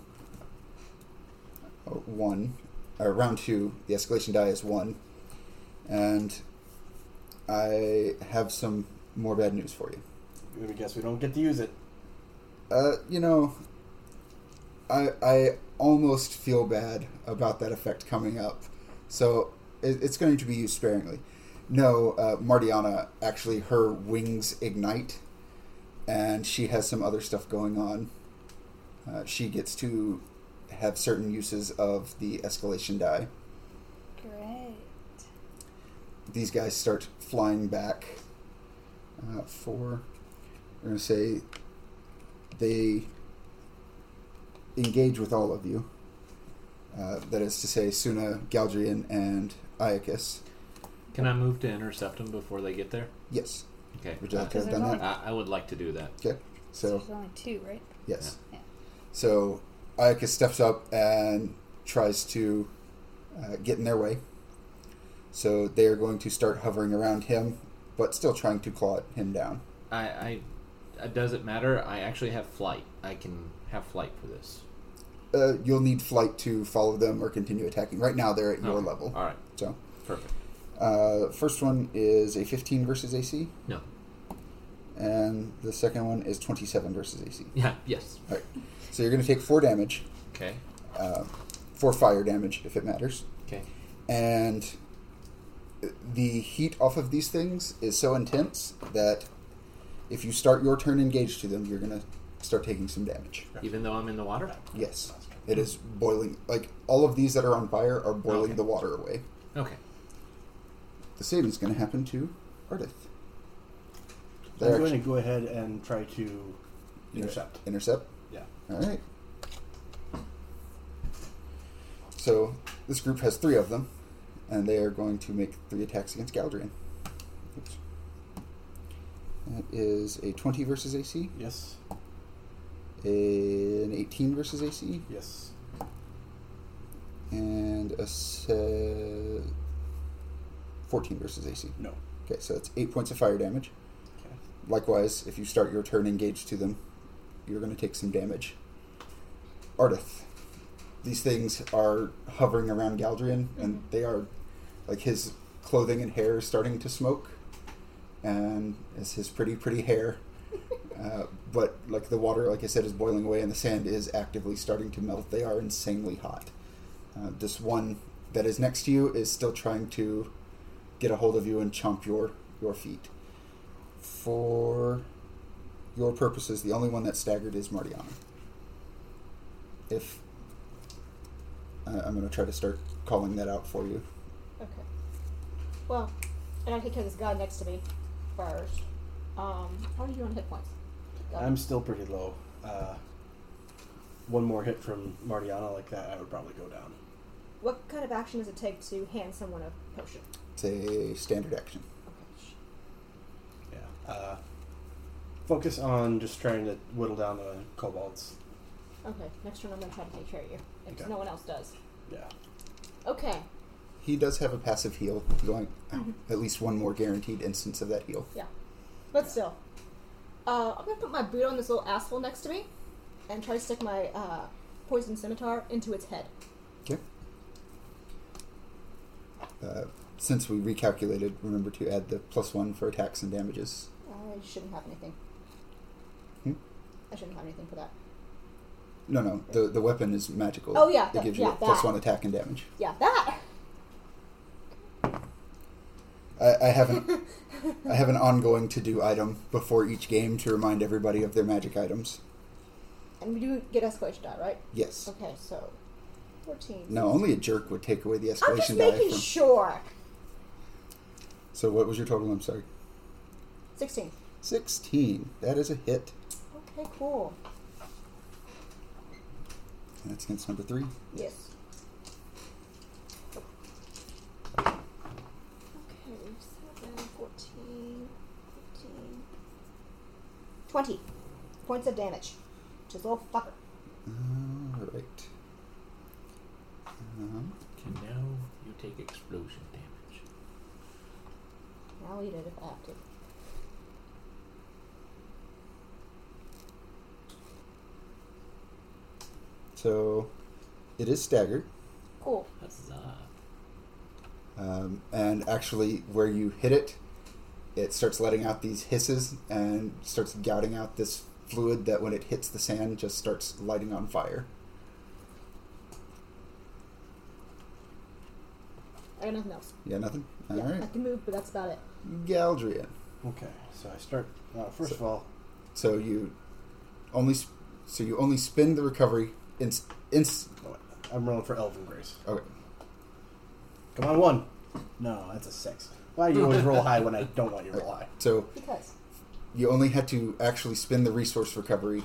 A: uh, one. Uh, round two. The escalation die is one. And I have some more bad news for you.
C: I guess we don't get to use it.
A: Uh, you know, I I almost feel bad about that effect coming up, so it, it's going to be used sparingly. No, uh, Martiana actually her wings ignite, and she has some other stuff going on. Uh, she gets to have certain uses of the escalation die,
E: Great.
A: these guys start flying back uh, for i'm going to say they engage with all of you uh, that is to say suna galdrian and iacus
B: Can I move to intercept them before they get there?
A: yes
B: Okay. Uh,
A: would you like to
E: Because
A: have done
E: there's
A: that
E: only-
B: I, I would like to do that.
A: okay so
E: There's only two, right?
A: yes
E: Yeah.
A: so iacus steps up and tries to uh, get in their way so they are going to start hovering around him but still trying to claw him down
B: I, I uh, it doesn't matter. I actually have flight. I can have flight for this.
A: uh, you'll need flight to follow them or continue attacking. Right now, they're at your
B: Okay.
A: level.
B: Oh. All right.
A: So,
B: Perfect.
A: uh, first one is a 15 versus AC,
B: No.
A: and the second one is 27 versus AC.
B: Yeah. Yes.
A: All right. So you're going to take four damage,
B: Okay.
A: uh, four fire damage if it matters,
B: Okay.
A: and the heat off of these things is so intense that if you start your turn engaged to them, you're going to start taking some damage.
B: Even though I'm in the water.
A: Yes, it is boiling. Like all of these that are on fire are boiling
B: Okay.
A: the water away.
B: Okay.
A: The same is going to happen to Ardith.
C: I'm
A: They're
C: going to
A: actually-
C: go ahead and try to intercept.
A: Intercept.
C: Yeah.
A: All right. So this group has three of them, and they are going to make three attacks against Galdrian. Oops. That is a 20 versus AC,
C: Yes.
A: an 18 versus AC,
C: Yes.
A: and a se- 14 versus AC.
C: No.
A: Okay, so that's eight points of fire damage.
C: Okay.
A: Likewise, if you start your turn engaged to them, you're going to take some damage. Ardith. These things are hovering around Galdrian, and they are, like, his clothing and hair is starting to smoke, and it's his pretty, pretty hair. Uh, but, like, the water, like I said, is boiling away, and the sand is actively starting to melt. They are insanely hot. Uh, this one that is next to you is still trying to get a hold of you and chomp your, your feet for your purposes, the only one that's staggered is Martiana. If I I'm going to try to start calling that out for you,
D: Okay. Well, I gotta take care of this guy next to me first. Um, how are you on hit points?
C: I'm still pretty low. Uh, one more hit from Martiana like that, I would probably go down.
D: What kind of action does it take to hand someone a potion?
A: it's a standard action.
D: Okay. sh-
C: Yeah. Uh, focus on just trying to whittle down the kobolds.
D: Okay. Next turn, I'm gonna try to take care of you if
C: Okay.
D: no one else does.
C: Yeah.
D: Okay.
A: He does have a passive heal going,
D: Mm-hmm.
A: at least one more guaranteed instance of that heal.
D: Yeah. But still, uh, I'm gonna put my boot on this little asshole next to me, and try to stick my uh, poison scimitar into its head.
A: Okay. Uh, since we recalculated, remember to add the plus one for attacks and damages.
D: I shouldn't have anything.
A: Hmm?
D: I shouldn't have anything for that.
A: No, no, the the weapon is magical.
D: Oh, yeah,
A: it
D: that-
A: gives you
D: yeah,
A: a plus
D: that.
A: one attack and damage.
D: Yeah, that.
A: I, I haven't I have an <laughs> ongoing to do item before each game to remind everybody of their magic items.
D: And we do get escalation die, right?
A: Yes.
D: Okay, so fourteen.
A: No, only a jerk would take away the
D: I'm just
A: escalation die.
D: making
A: from-
D: sure.
A: so what was your total? I'm sorry.
D: Sixteen.
A: Sixteen. That is a hit.
D: Okay, cool.
A: And that's against number three.
D: Yes. Okay, 7, 14, 15, 20 points of damage. Which is a little fucker.
A: All right. Um,
B: Can now you take explosion damage.
D: I'll eat it if I have to.
A: so it is staggered.
D: Cool.
B: Huzzah.
A: Um, and actually, where you hit it, it starts letting out these hisses and starts gouting out this fluid that, when it hits the sand, just starts lighting on fire.
D: I got nothing else.
A: Yeah, nothing?
D: yeah, I
A: Alright.
D: can move, but that's about it.
A: Galdrian.
C: Okay. So I start. Uh, first of all,
A: So you only sp- so you only spend the recovery inst inst
C: I'm rolling for Elven Grace.
A: okay.
C: Come on, one. No, that's a six. Why do you always roll high when I don't want you to roll high?
A: So
D: Because
A: you only had to actually spend the resource recovery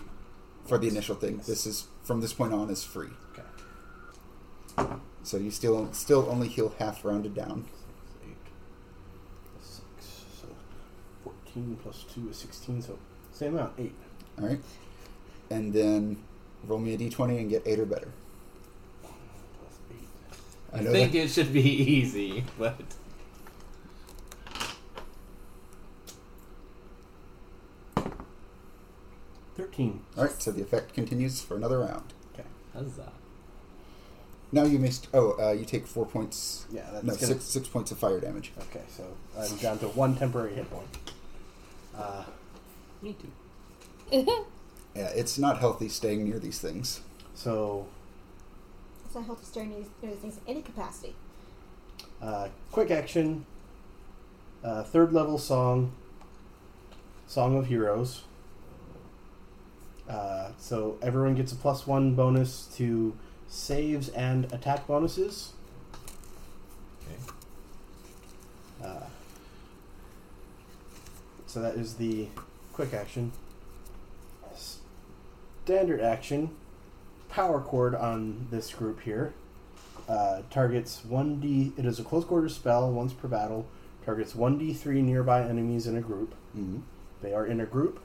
A: for the initial thing. This is from this point on is free.
C: Okay.
A: So you still still only heal half rounded down.
C: Six, eight, plus six, so 14 plus 2 is 16, so same amount, 8.
A: All right, and then roll me a d20 and get eight or better.
C: Plus
B: I think it should be <laughs> easy, but
C: 8. 13.
A: All right, so the effect continues for another round.
B: how's that?
A: Now you missed. Oh, uh, you take four points.
C: Yeah, that's
A: No,
C: gonna-
A: six six points of fire damage.
C: Okay, so I'm down to one temporary hit point. Uh,
B: Me too.
A: Yeah, it's not healthy staying near these things.
C: so,
D: it's not healthy staring at these- at these things in any capacity.
C: uh, quick action. Uh, third level song. Song of Heroes. Uh, so everyone gets a plus one bonus to saves and attack bonuses.
B: Okay.
C: Uh, so that is the quick action. Standard action, power chord on this group here. Uh, targets 1d. It is a close quarter spell once per battle. Targets 1d3 nearby enemies in a group.
A: Mm-hmm.
C: They are in a group.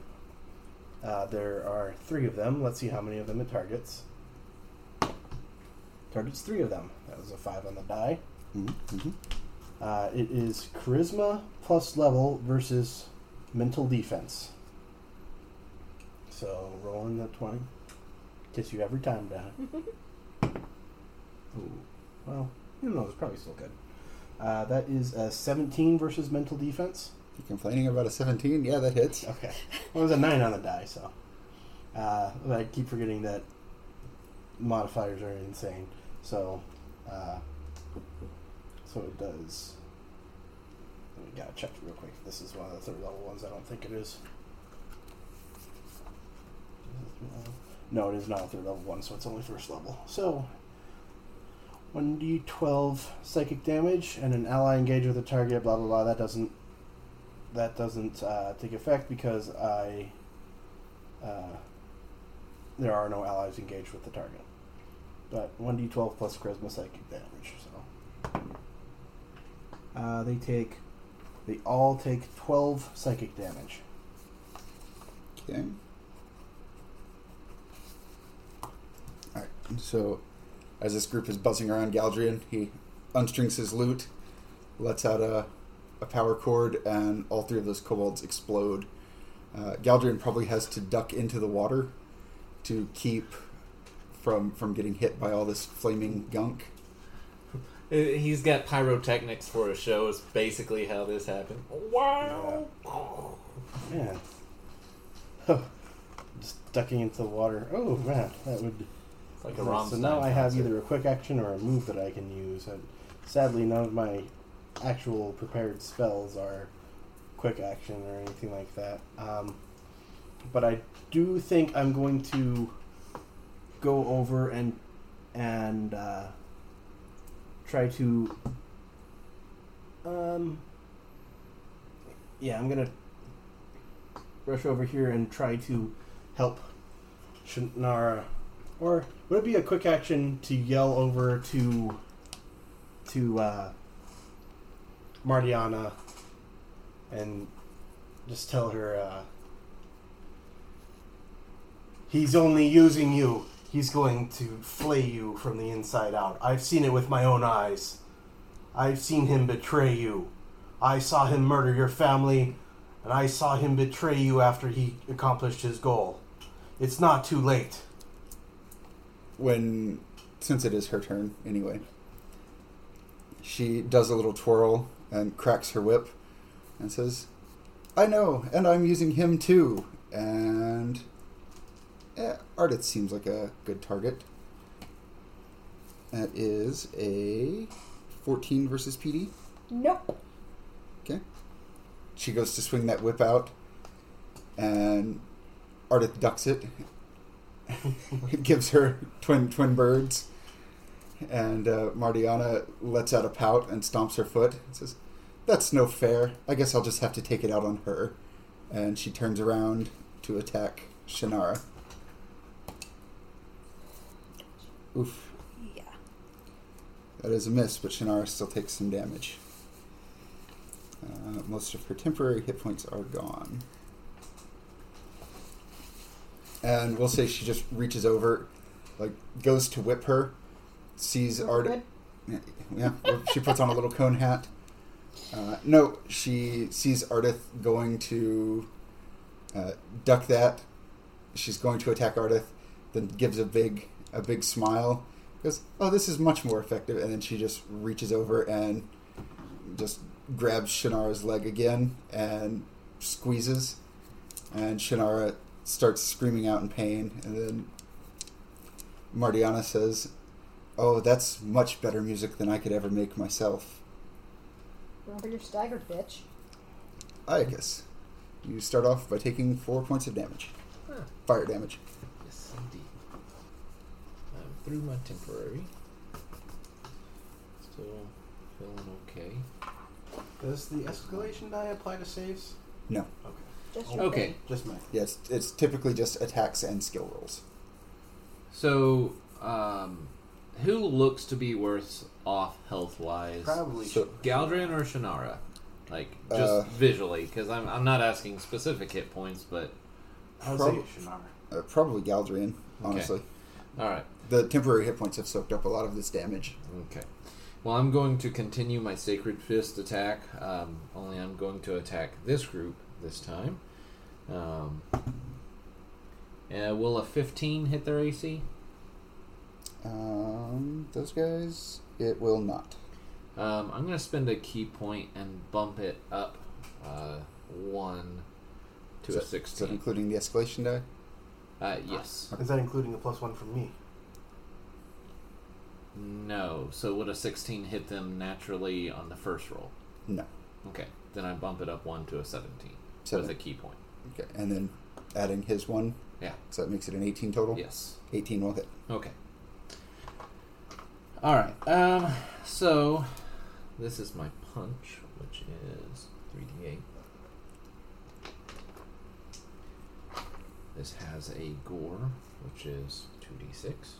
C: Uh, there are three of them. Let's see how many of them it targets. Targets three of them. That was a five on the die.
A: Mm-hmm.
C: Uh, it is charisma plus level versus mental defense. So rolling the twenty, kiss you every time, Dad. Ooh, well, you know it's probably still good. Uh, that is a seventeen versus mental defense.
A: You complaining about a seventeen? Yeah, that hits.
C: Okay, well, it was a nine on the die, so uh, but I keep forgetting that modifiers are insane. So, uh, so it does. Let me gotta check real quick. This is one of the third level ones. I don't think it is. No, it is not a third level one, so it's only first level. So, 1d12 psychic damage, and an ally engage with a target. Blah blah blah. That doesn't. That doesn't uh, take effect because I. Uh, there are no allies engaged with the target. But 1d12 plus charisma psychic damage, so. Uh, they take. They all take 12 psychic damage.
A: Okay. Alright, so as this group is buzzing around Galdrian, he unstrings his lute, lets out a, a power cord, and all three of those kobolds explode. Uh, Galdrian probably has to duck into the water to keep from from getting hit by all this flaming gunk.
B: Uh, He's got pyrotechnics for a show. Is basically how this happened. Wow.
C: Man. Oh, <laughs> just ducking into the water. Oh, man, that would.
B: It's like a Rammstein.
C: So now I have
B: concert.
C: either a quick action or a move that I can use. And sadly, none of my actual prepared spells are quick action or anything like that. Um, but I do think I'm going to go over and and uh, try to. Um, yeah, I'm gonna rush over here and try to help Shannara or would it be a quick action to yell over to to uh, Martiana and just tell her uh, he's only using you. He's going to flay you from the inside out. I've seen it with my own eyes. I've seen him betray you. I saw him murder your family, and I saw him betray you after he accomplished his goal. It's not too late.
A: when since it is her turn anyway she does a little twirl and cracks her whip and says i know and i'm using him too and eh, ardith seems like a good target that is a 14 versus pd
D: Nope.
A: Okay. She goes to swing that whip out, and Ardith ducks it. <laughs> it gives her twin twin birds, and uh, Martiana lets out a pout and stomps her foot and says, That's no fair. I guess I'll just have to take it out on her. And she turns around to attack Shannara. Oof.
E: Yeah.
A: That is a miss, but Shannara still takes some damage. Uh, most of her temporary hit points are gone. And we'll say she just reaches over, like, goes to whip her, sees Arda.
D: Good.
A: Yeah, well, she puts on a little cone hat. Uh, no, she sees Ardith going to uh, duck that. She's going to attack Ardith, then gives a big a big smile. Goes, oh, this is much more effective. And then she just reaches over and just grabs Shannara's leg again and squeezes. And Shannara starts screaming out in pain. And then Mardiana says, "Oh, that's much better music than I could ever make myself."
D: Remember you're staggered, bitch.
A: Iacus. You start off by taking four points of damage.
B: Huh.
A: Fire damage.
B: Yes, indeed. I'm through my temporary. Still feeling okay.
C: Does the escalation die apply to saves?
A: No.
C: Okay.
D: Just your
B: Okay,
D: thing.
C: Just mine.
A: Yes, it's typically just attacks and skill rolls.
B: so um, who looks to be worse off health wise?
C: Probably.
A: So-
C: should.
B: Galdrin or Shannara? Like just
A: Uh,
B: visually, because I'm I'm not asking specific hit points, but
C: I would
A: Prob-
C: say it should not.
A: Uh, probably Galdrian, honestly.
B: all right.
A: The temporary hit points have soaked up a lot of this damage.
B: Okay. Well, I'm going to continue my Sacred Fist attack, um, only I'm going to attack this group this time. Um, uh, will a 15 hit their AC?
A: Um, those guys, it will not.
B: Um, I'm going to spend a key point and bump it up uh, one to
A: So-
B: a
A: Is that
B: 16.
A: including the escalation die?
B: Uh, yes.
C: Is that including the plus one from me?
B: No. So would a 16 hit them naturally on the first roll?
A: No.
B: Okay. Then I bump it up one to a 17 with a
A: Seven.
B: key point.
A: Okay. And then adding his one.
B: Yeah.
A: So that makes it an 18 total?
B: Yes.
A: 18 will hit.
B: Okay. All right. Um, so this is my punch, which is three d eight. This has a gore, which is two d six.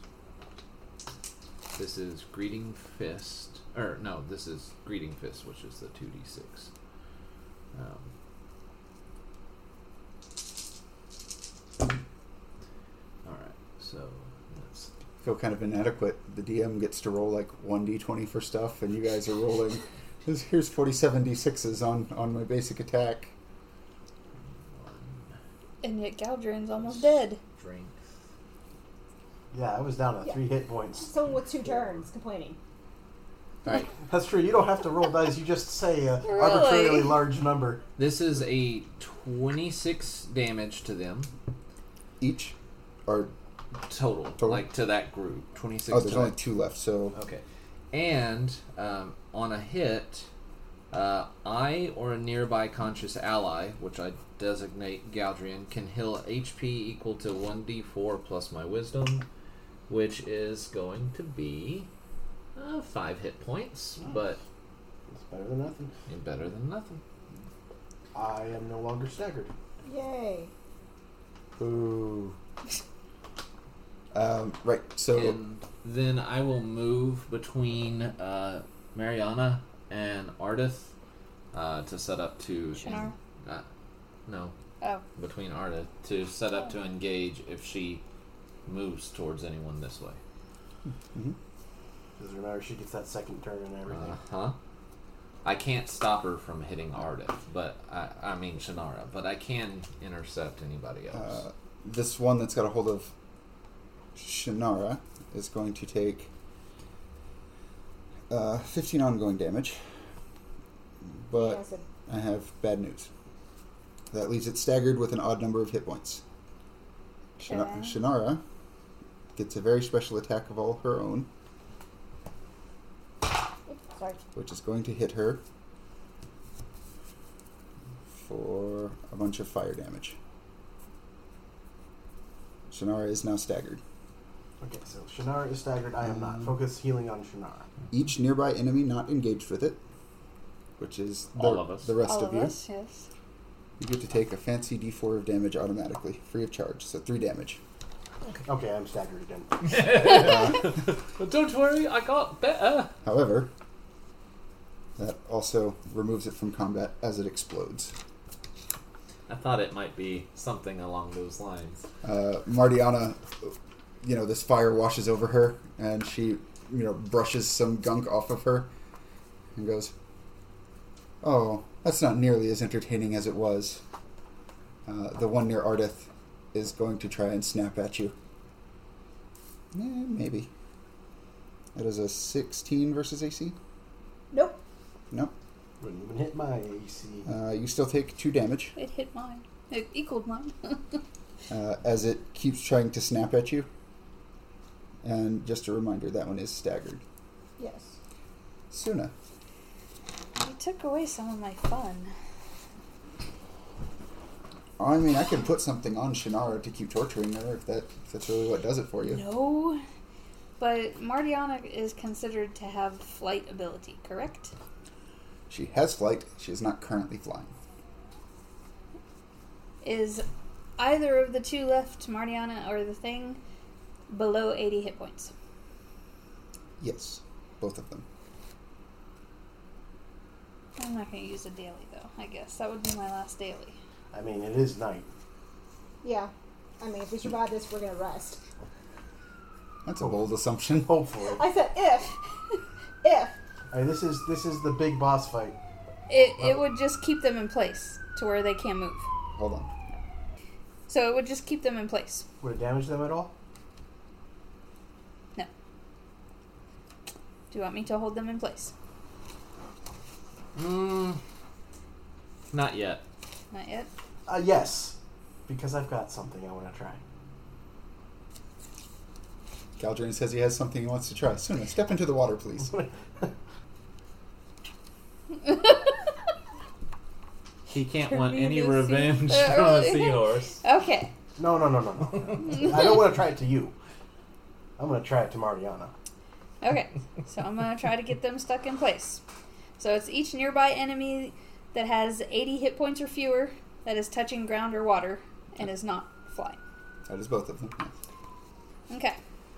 B: This is greeting fist, or no, this is greeting fist, which is the two d six. Um, Um, all right, so that's
A: Feel kind of inadequate. The DM gets to roll like 1d20 for stuff, and you guys are rolling. here's here's 47 d6s on, on my basic attack.
B: one.
E: And yet Galdrin's almost dead.
B: strength.
C: Yeah, I was down at
D: Yeah.
C: three hit points.
D: Someone with two turns complaining.
A: All right.
C: That's true. You don't have to roll dice. You just say an
E: Really?
C: arbitrarily large number.
B: This is a 26 damage to them
A: Each? Or,
B: total,
A: Total?
B: like to that group. 26
A: oh,
B: to
A: there's only
B: that-
A: two left, so
B: Okay. And um, on a hit, uh, I or a nearby conscious ally, which I designate Galdrian, can heal HP equal to 1d4 plus my wisdom, which is going to be uh, 5 hit points,
A: Hmm.
B: but
C: It's better than nothing.
B: better than nothing.
C: I am no longer staggered.
D: Yay.
A: Ooh. <laughs> Um, right, so
B: and then I will move between uh, Mariana and Ardith uh, to set up to
E: Shannara?
B: uh, no,
E: Oh,
B: between Ardith to set up to engage if she moves towards anyone this way.
A: mm-hmm,
C: Doesn't matter. She gets that second turn and everything.
B: Uh huh. I can't stop her from hitting Ardith, but I, I mean Shannara, but I can intercept anybody else.
A: uh, this one that's got a hold of Shannara is going to take uh, 15 ongoing damage, but
D: Yes, and
A: I have bad news. That leaves it staggered with an odd number of hit points. Shana-
E: Shannara.
A: Shannara gets a very special attack of all her own,
D: Oops, sorry.
A: which is going to hit her for a bunch of fire damage. Shannara is now staggered.
C: Okay, so Shannara is staggered. I am not.
A: Mm.
C: Focus healing on Shannara.
A: Each nearby enemy not engaged with it which is the,
B: All of us.
A: the rest
E: All
A: of,
E: of
A: you.
E: us, yes.
A: You get to take a fancy d4 of damage automatically, free of charge. So three damage.
C: Okay, I'm staggered again.
B: But don't worry, I got better.
A: However, that also removes it from combat as it explodes.
B: I thought it might be something along those lines.
A: Uh, Mardiana, you know, this fire washes over her, and she, you know, brushes some gunk off of her, and goes, "Oh, that's not nearly as entertaining as it was." Uh, the one near Ardith is going to try and snap at you. Eh, maybe. That is a 16 versus AC.
D: Nope.
A: No.
C: Wouldn't even hit my AC.
A: Uh, you still take two damage.
E: It hit mine. It equaled mine.
A: uh, as it keeps trying to snap at you. And just a reminder, that one is staggered.
D: Yes.
A: Suna.
E: you took away some of my fun.
A: I mean, I could put something on Shannara to keep torturing her if that if that's really what does it for you.
E: No. But Mardiana is considered to have flight ability, correct?
A: She has flight. She is not currently flying.
E: Is either of the two left, Mardiana or the thing, below 80 hit points?
A: Yes, both of them.
E: I'm not going to use a daily, though, I guess. That would be my last daily. <laughs>
C: I mean, it is night.
D: Yeah. I mean, if we survive this, we're gonna rest.
A: That's
C: Oh.
A: a bold
C: <laughs>
A: assumption.
C: Hopefully,
D: I said if, if.
C: I mean, this is this is the big boss fight.
E: It, it would just keep them in place to where they can't move.
A: Hold on.
E: So it would just keep them in place.
C: Would it damage them at all?
E: Do you want me to hold them in place?
B: Mm, not yet.
E: Not yet. <laughs>
C: Uh, yes, because I've got something I want to try. <laughs>
A: Galdrian says he has something he wants to try. Suna, step into the water,
C: <laughs>
A: please.
B: He can't want
E: me
B: any
E: to see-
B: revenge <laughs>
E: Uh,
B: from a
E: really? <laughs>
B: seahorse.
E: Okay.
C: No, no, no, no, no. I don't want to try it to you. I'm going to try it to Mariana.
E: Okay, so I'm gonna try to get them stuck in place. So it's each nearby enemy that has 80 hit points or fewer that is touching ground or water and is not flying.
A: That is both of them.
E: Okay,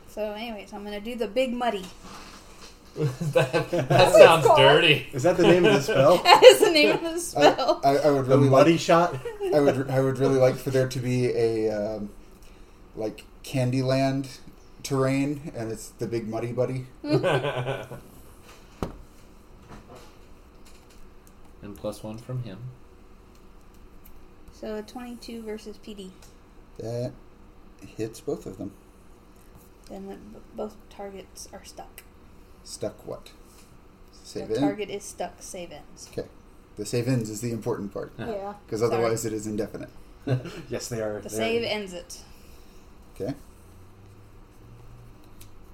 E: so anyways, I'm gonna do the big muddy. <laughs>
B: that that sounds
D: God.
B: dirty.
C: Is that the name of the
E: <laughs>
C: spell?
E: That is the name of the spell.
A: I, I would
C: the
A: really
C: muddy
A: like,
C: shot? <laughs>
A: I would I would really like for there to be a um, like Candyland terrain, and it's the big muddy buddy.
B: <laughs> and plus one from him.
E: so 22 versus PD.
A: That hits both of them.
E: Then the, b- both targets are stuck.
A: Stuck what? Save
E: the
A: in.
E: target is stuck. Save ends.
A: Okay. The save ins is the important part
B: Yeah.
D: Yeah.
A: because otherwise it is indefinite.
C: Yes, they are.
E: The
C: they are-
E: save ends it.
A: Okay.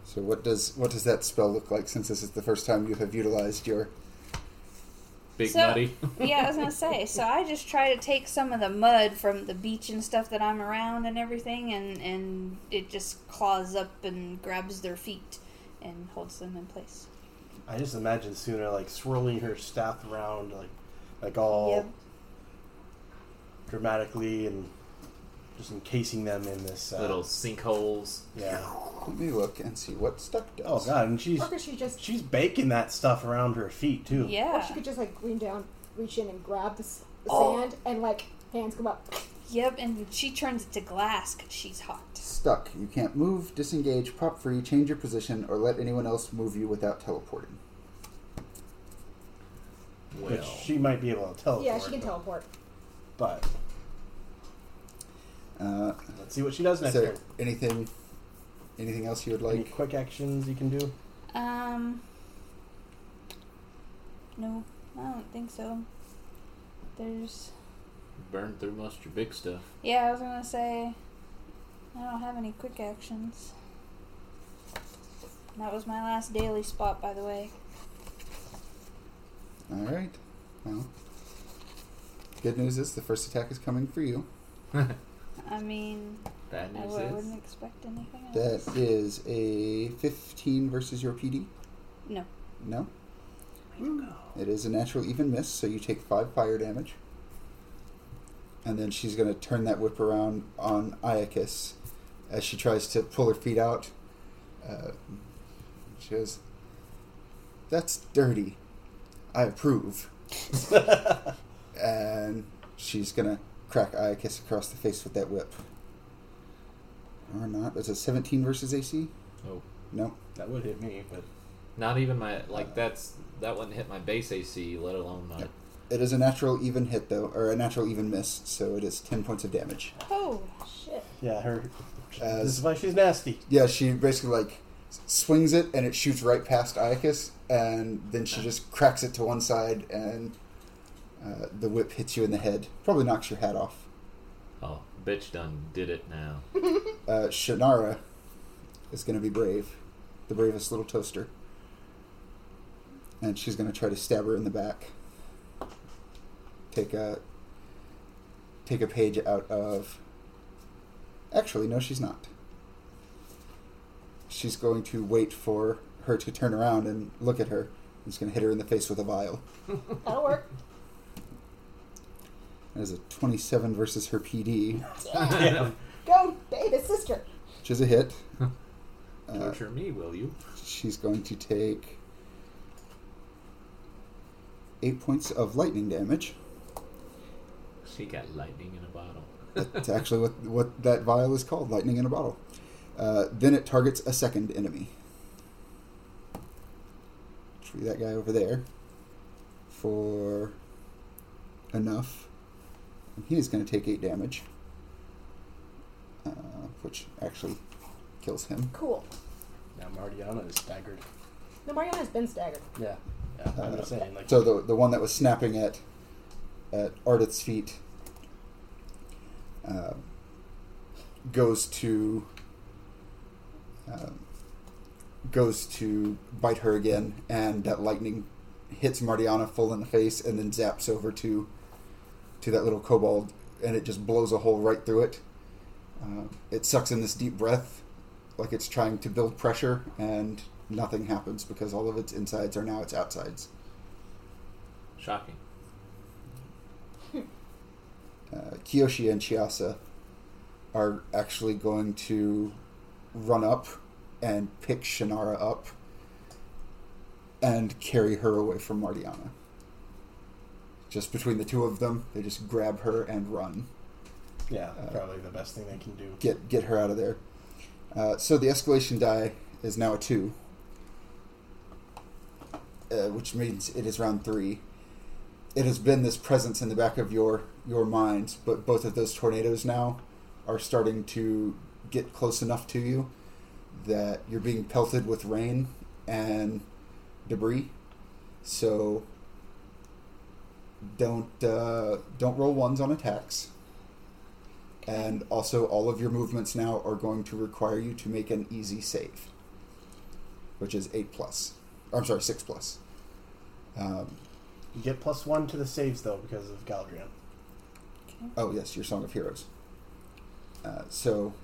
A: So what does what does that spell look like since this is the first time you have utilized your
B: Big
E: So-
B: nutty.
E: yeah, I was gonna say. So I just try to take some of the mud from the beach and stuff that I'm around and everything, and and it just claws up and grabs their feet and holds them in place.
C: I just imagine Suna like swirling her staff around, like, like all
E: Yep.
C: dramatically, and just encasing them in this
B: <laughs>
C: uh,
B: Little sinkholes.
C: Yeah.
A: Let me look and see what stuck does.
C: Oh god, and she's
D: Or could she just,
C: she's baking that stuff around her feet too.
D: or
E: Yeah.
D: she could just like lean down, reach in and grab the s- the
E: Oh.
D: sand, and like hands come up.
E: Yep. And she turns it to glass because she's hot.
A: Stuck. You can't move, disengage, pop free, change your position, or let anyone else move you without teleporting.
B: Well,
C: Which she might be able to teleport.
D: yeah, she can
C: but-
D: teleport.
C: But
A: Uh,
C: let's see what she does
A: is
C: next
A: there
C: turn.
A: anything anything else you would
C: Any
A: like?
C: quick actions you can <laughs> do?
E: Um. No, I don't think so. There's.
B: burn through most of your big stuff. <laughs>
E: Yeah, I was gonna say. I don't have any quick actions. That was my last daily spot, by the way.
A: All right. Well, good news is the first attack is coming for you.
E: I mean,
B: Bad
E: I
B: news
E: w- I
B: is
E: wouldn't expect anything
A: That
E: else.
A: is a 15 versus your PD.
E: No.
A: No? Hmm. It is a natural even miss, so you take five fire damage. And then she's going to turn that whip around on Iacus as she tries to pull her feet out. Uh, she goes, That's dirty. I approve. and she's going to crack Iacus across the face with that whip. Or not. That's a 17 versus AC?
B: Oh.
A: No.
C: That would hit me, but
B: Not even my like that's that wouldn't hit my base AC, let alone my.
A: Yep. It is a natural even hit, though, or a natural even miss, so it is 10 points of damage.
E: Oh,
D: Shit.
C: yeah, her.
A: As-
C: this is why she's nasty.
A: Yeah, she basically like s- swings it and it shoots right past Iacus, and then she just cracks it to one side, and uh, the whip hits you in the head. Probably knocks your hat off.
B: Oh, bitch, done did it <laughs> now.
A: Uh, Shannara is going to be brave, the bravest little toaster, and she's going to try to stab her in the back. Take a take a page out of. Actually, no, she's not. She's going to wait for her to turn around and look at her. It's going to hit her in the face with a vial.
D: That'll <laughs> work.
A: That is a 27 versus her PD,
C: Yeah.
D: Go, baby sister.
A: which is a hit. Uh,
B: <laughs> Torture me, will you?
A: She's going to take eight points of lightning damage.
B: She got lightning in a bottle.
A: That's actually what what that vial is called, lightning in a bottle. Uh, then it targets a second enemy. Which would be that guy over there. For enough. And he is going to take eight damage. Uh, which actually kills him.
D: Cool.
C: Now Mariana is staggered.
D: No, Mariana has been staggered.
C: Yeah, Uh, yeah. I'm just saying, like,
A: So the the one that was snapping at at Ardith's feet uh, goes to uh, goes to bite her again, and that lightning hits Mardiana full in the face, and then zaps over to to that little kobold, and it just blows a hole right through it. Uh, it sucks in this deep breath, like it's trying to build pressure, and nothing happens because all of its insides are now its outsides.
B: Shocking.
A: uh, Kiyoshi and Chiasa are actually going to run up and pick Shannara up and carry her away from Mardiana. Just between the two of them, they just grab her and run.
C: yeah,
A: uh,
C: probably the best thing they can do.
A: Get get her out of there. Uh, so the escalation die is now a two, uh, which means it is round three. It has been this presence in the back of your your minds, but both of those tornadoes now are starting to get close enough to you that you're being pelted with rain and debris. So don't uh, don't roll ones on attacks. And also, all of your movements now are going to require you to make an easy save, which is eight plus. I'm sorry, six plus. Um,
C: You get plus one to the saves though because of Galdrian.
A: oh yes, your Song of Heroes. Uh, so,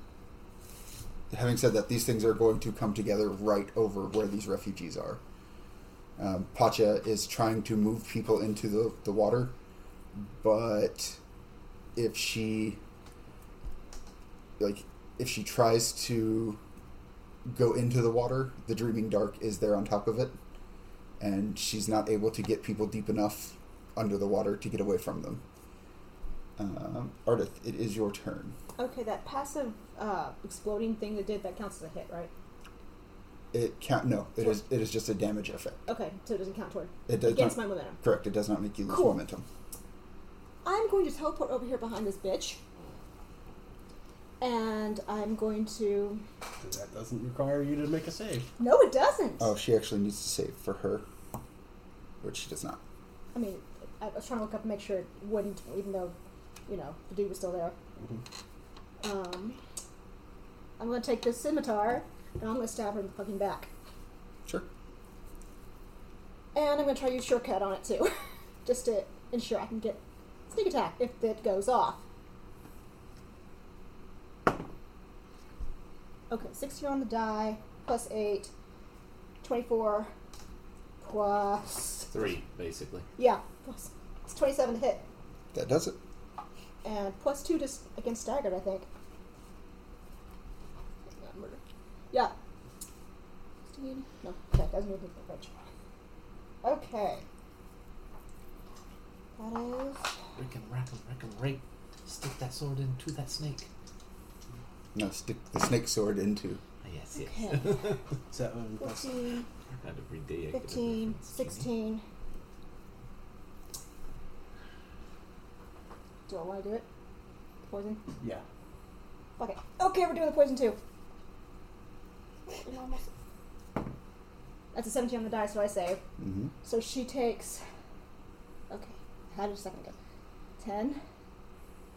A: having said that, these things are going to come together right over where these refugees are. Um, Pacha is trying to move people into the, the water, but if she like if she tries to go into the water, the Dreaming Dark is there on top of it, and she's not able to get people deep enough under the water to get away from them. Um, Ardith, it is your turn.
D: Okay, that passive uh, exploding thing that did that counts as a hit, right?
A: It count no. It is it is just a damage effect.
D: Okay, so it doesn't count toward
A: It does
D: against
A: not
D: my momentum.
A: correct. It does not make you lose
D: Cool.
A: momentum.
D: I'm going to teleport over here behind this bitch, and I'm going to.
C: So That doesn't require you to make a save.
D: No, it doesn't.
A: Oh, she actually needs to save for her, which she does not.
D: I mean, I was trying to look up and make sure it wouldn't, even though, you know, the dude was still there.
C: Mm-hmm.
D: Um, I'm going to take this scimitar and I'm going to stab her in the fucking back.
A: Sure.
D: And I'm going to try to use shortcut on it too, <laughs> just to ensure I can get sneak attack if it goes off. Okay, 60 on the die, plus 8, 24, plus
B: three,
C: <laughs>
B: basically.
D: Yeah, plus- it's 27 to hit.
A: That does it.
D: And plus 2 just against staggered, I think. Not murder. Yeah. 16? No, that doesn't even the French. Okay. That is.
B: Rick and rack him, rack him, rape. Stick that sword into that snake.
A: No, stick the snake sword into.
B: Ah, Yes,
D: Okay.
E: <laughs>
F: <laughs>
C: Is that one plus?
D: 14,
B: Not every day I get a
D: 15,
B: different skinny.
D: 16. Do I want to do it? Poison?
C: Yeah.
D: Fuck it. Okay, we're doing the poison too. That's a 17 on the die, so I save.
A: Mm-hmm.
D: So she takes. Okay, how did a second go? 10,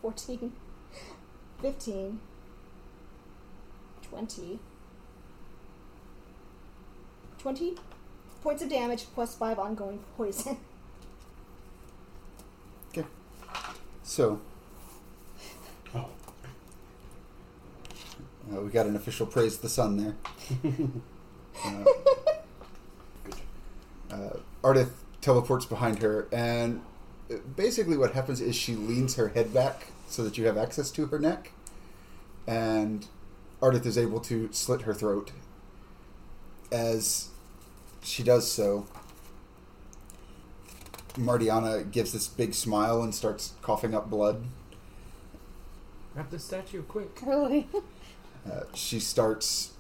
D: 14, 15, 20, 20 points of damage plus 5 ongoing poison.
A: Okay. So,
C: Oh.
A: uh, we got an official praise the sun there. Uh, uh, Ardith teleports behind her, and uh, basically what happens is she leans her head back so that you have access to her neck, and Ardith is able to slit her throat. As she does so, Martiana gives this big smile and starts coughing up blood.
B: Grab the statue quick.
E: <laughs> Really?
A: Uh, she starts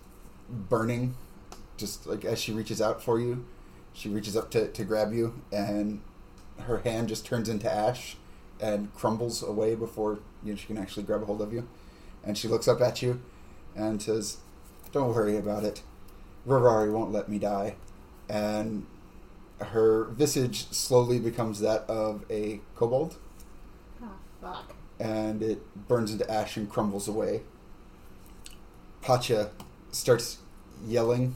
A: burning, just like as she reaches out for you. She reaches up to, to grab you, and her hand just turns into ash and crumbles away before you know, she can actually grab a hold of you. And she looks up at you and says, Don't worry about it. Rarari won't let me die. And her visage slowly becomes that of a kobold,
D: Ah, fuck.
A: and it burns into ash and crumbles away. Pacha starts yelling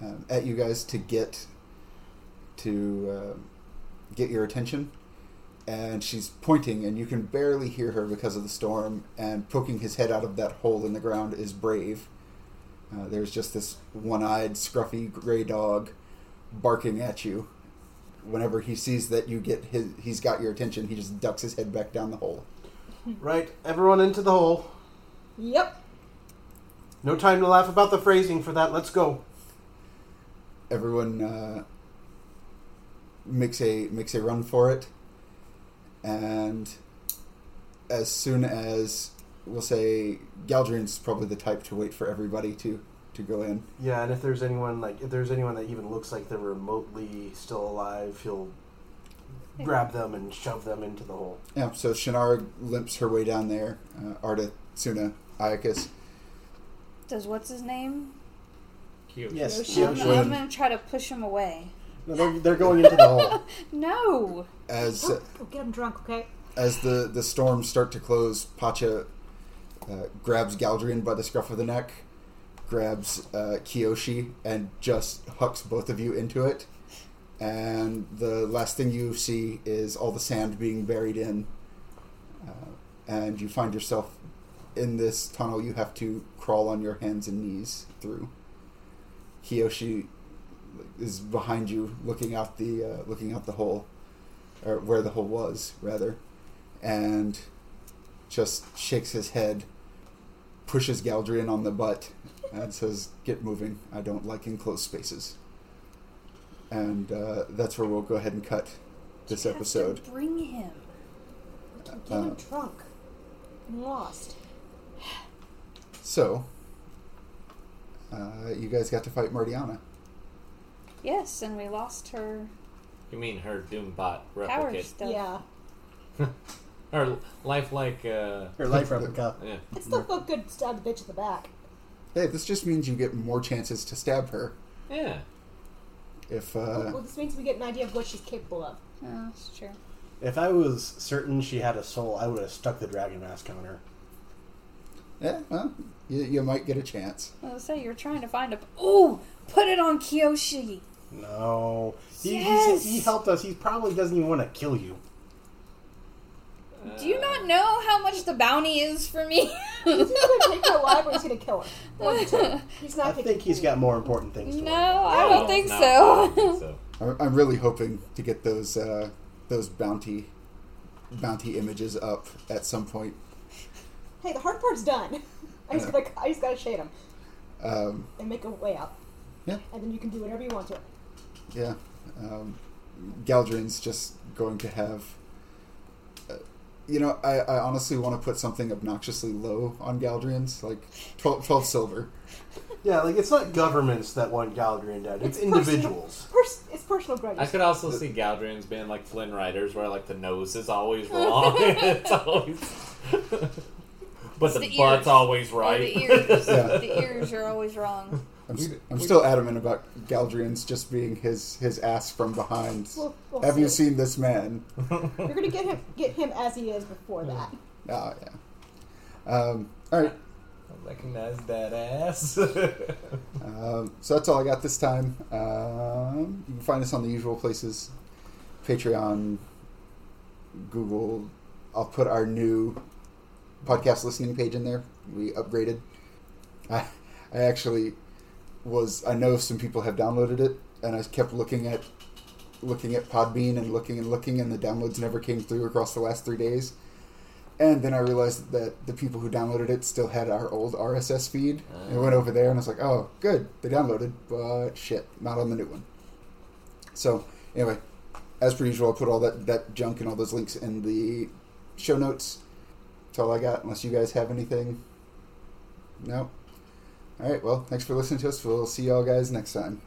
A: um, at you guys to get to um get your attention, and she's pointing, and you can barely hear her because of the storm. And poking his head out of that hole in the ground is brave. Uh, there's just this one-eyed, scruffy gray dog barking at you. Whenever he sees that you get his, he's got your attention. He just ducks his head back down the hole.
C: Right, everyone into the hole.
D: Yep.
C: No time to laugh about the phrasing for that. Let's go.
A: everyone uh, makes a makes a run for it, and as soon as we'll say Galdrian's probably the type to wait for everybody to to go in.
C: Yeah, and if there's anyone like if there's anyone that even looks like they're remotely still alive, he'll grab them and shove them into the hole.
A: Yeah, so Shannara limps her way down there. Uh, Arda, Suna, Iacus.
E: Does what's his name?
B: Cute.
C: Yes.
D: Yoshi.
E: I'm,
A: Yoshi.
E: I'm gonna try to push him away.
C: No, they're, they're going into the hole.
E: No.
A: As
D: Oh, oh, get him drunk, okay?
A: as the the storms start to close, Pacha uh, grabs Galdrian by the scruff of the neck, grabs uh, Kiyoshi, and just hucks both of you into it. And the last thing you see is all the sand being buried in, uh, and you find yourself in this tunnel. You have to crawl on your hands and knees through. Kiyoshi is behind you, looking out the uh, looking out the hole, or where the hole was rather and just shakes his head, pushes Galdrian on the butt, and says, "Get moving. I don't like enclosed spaces." And uh, that's where we'll go ahead and cut this
E: You have to
A: episode.
E: Bring him.
D: Get
A: Uh,
D: him drunk. I'm lost.
A: So, uh, you guys got to fight Martiana.
E: Yes, and we lost her
B: You mean her Doombot
E: power
B: replicate?
E: stuff.
D: Yeah.
B: Her lifelike. Uh,
C: Your life replica.
B: yeah.
D: It still felt good to stab the bitch in the back.
A: Hey, this just means you get more chances to stab her.
B: Yeah.
A: If
D: Well,
A: uh,
D: well, this means we get an idea of what she's capable of.
E: Oh, that's true.
C: If I was certain she had a soul, I would have stuck the dragon mask on her.
A: yeah, well, you, you might get a chance.
E: I was gonna say you're trying to find a. Ooh, put it on Kyoshi.
C: No. He, he
E: Yes!
C: said he helped us. He probably doesn't even want to kill you.
E: Do
F: uh,
E: you not know how much the bounty is for me? <laughs>
D: He's either going to take her alive or he's going to kill her. One of the two. He's not
C: I
D: picking
C: think he's got more important things to
E: No,
F: oh,
C: worry about.
E: I don't think
B: no, I
E: so. <laughs>
B: <laughs> don't think so.
A: I- I'm really hoping to get those uh, those bounty bounty images up at some point.
D: Hey, the hard part's done. <laughs> I just gotta, I just gotta shade them
A: Um,
D: and make a way out.
A: Yeah.
D: And then you can do whatever you want to. it.
A: yeah, um, Galdrian's just going to have. uh, You know, I, I honestly want to put something obnoxiously low on Galdrian's, like 12, 12 silver.
C: Yeah, like it's not governments that want Galadriel dead; it's,
D: It's personal.
C: individuals.
D: Pers- it's personal grudges.
F: I could also see Galdrians being like Flynn Riders, where like the nose is
E: <laughs>
F: always wrong. <laughs> it's always, but
E: It's
F: the,
E: the
F: butt's
E: ears.
F: always
E: Or
F: right.
E: <laughs> the
F: <laughs>
A: <laughs>
E: ears.
A: Yeah.
E: The ears are always wrong.
A: I'm, s am still adamant about Galdrian's just being his his ass from behind.
D: We'll- we'll
A: Have you
D: see.
A: seen this
D: <laughs>
A: man?
D: You're gonna get him, get him as he is before that.
A: Oh yeah. Um, all right.
F: Recognize that ass. <laughs>
A: Um, so that's all I got this time. Um, you can find us on the usual places: Patreon, Google. I'll put our new podcast listening page in there. We upgraded. I, I actually was. I know some people have downloaded it, and I kept looking at looking at Podbean and looking and looking, and the downloads never came through across the last three days. And then I realized that the people who downloaded it still had our old RSS feed. and I went over there and I was like, oh, good, they downloaded, but shit, not on the new one. So, anyway, as per usual, I'll put all that, that junk and all those links in the show notes. That's all I got, unless you guys have anything. No? All right, well, thanks for listening to us. We'll see y'all guys next time.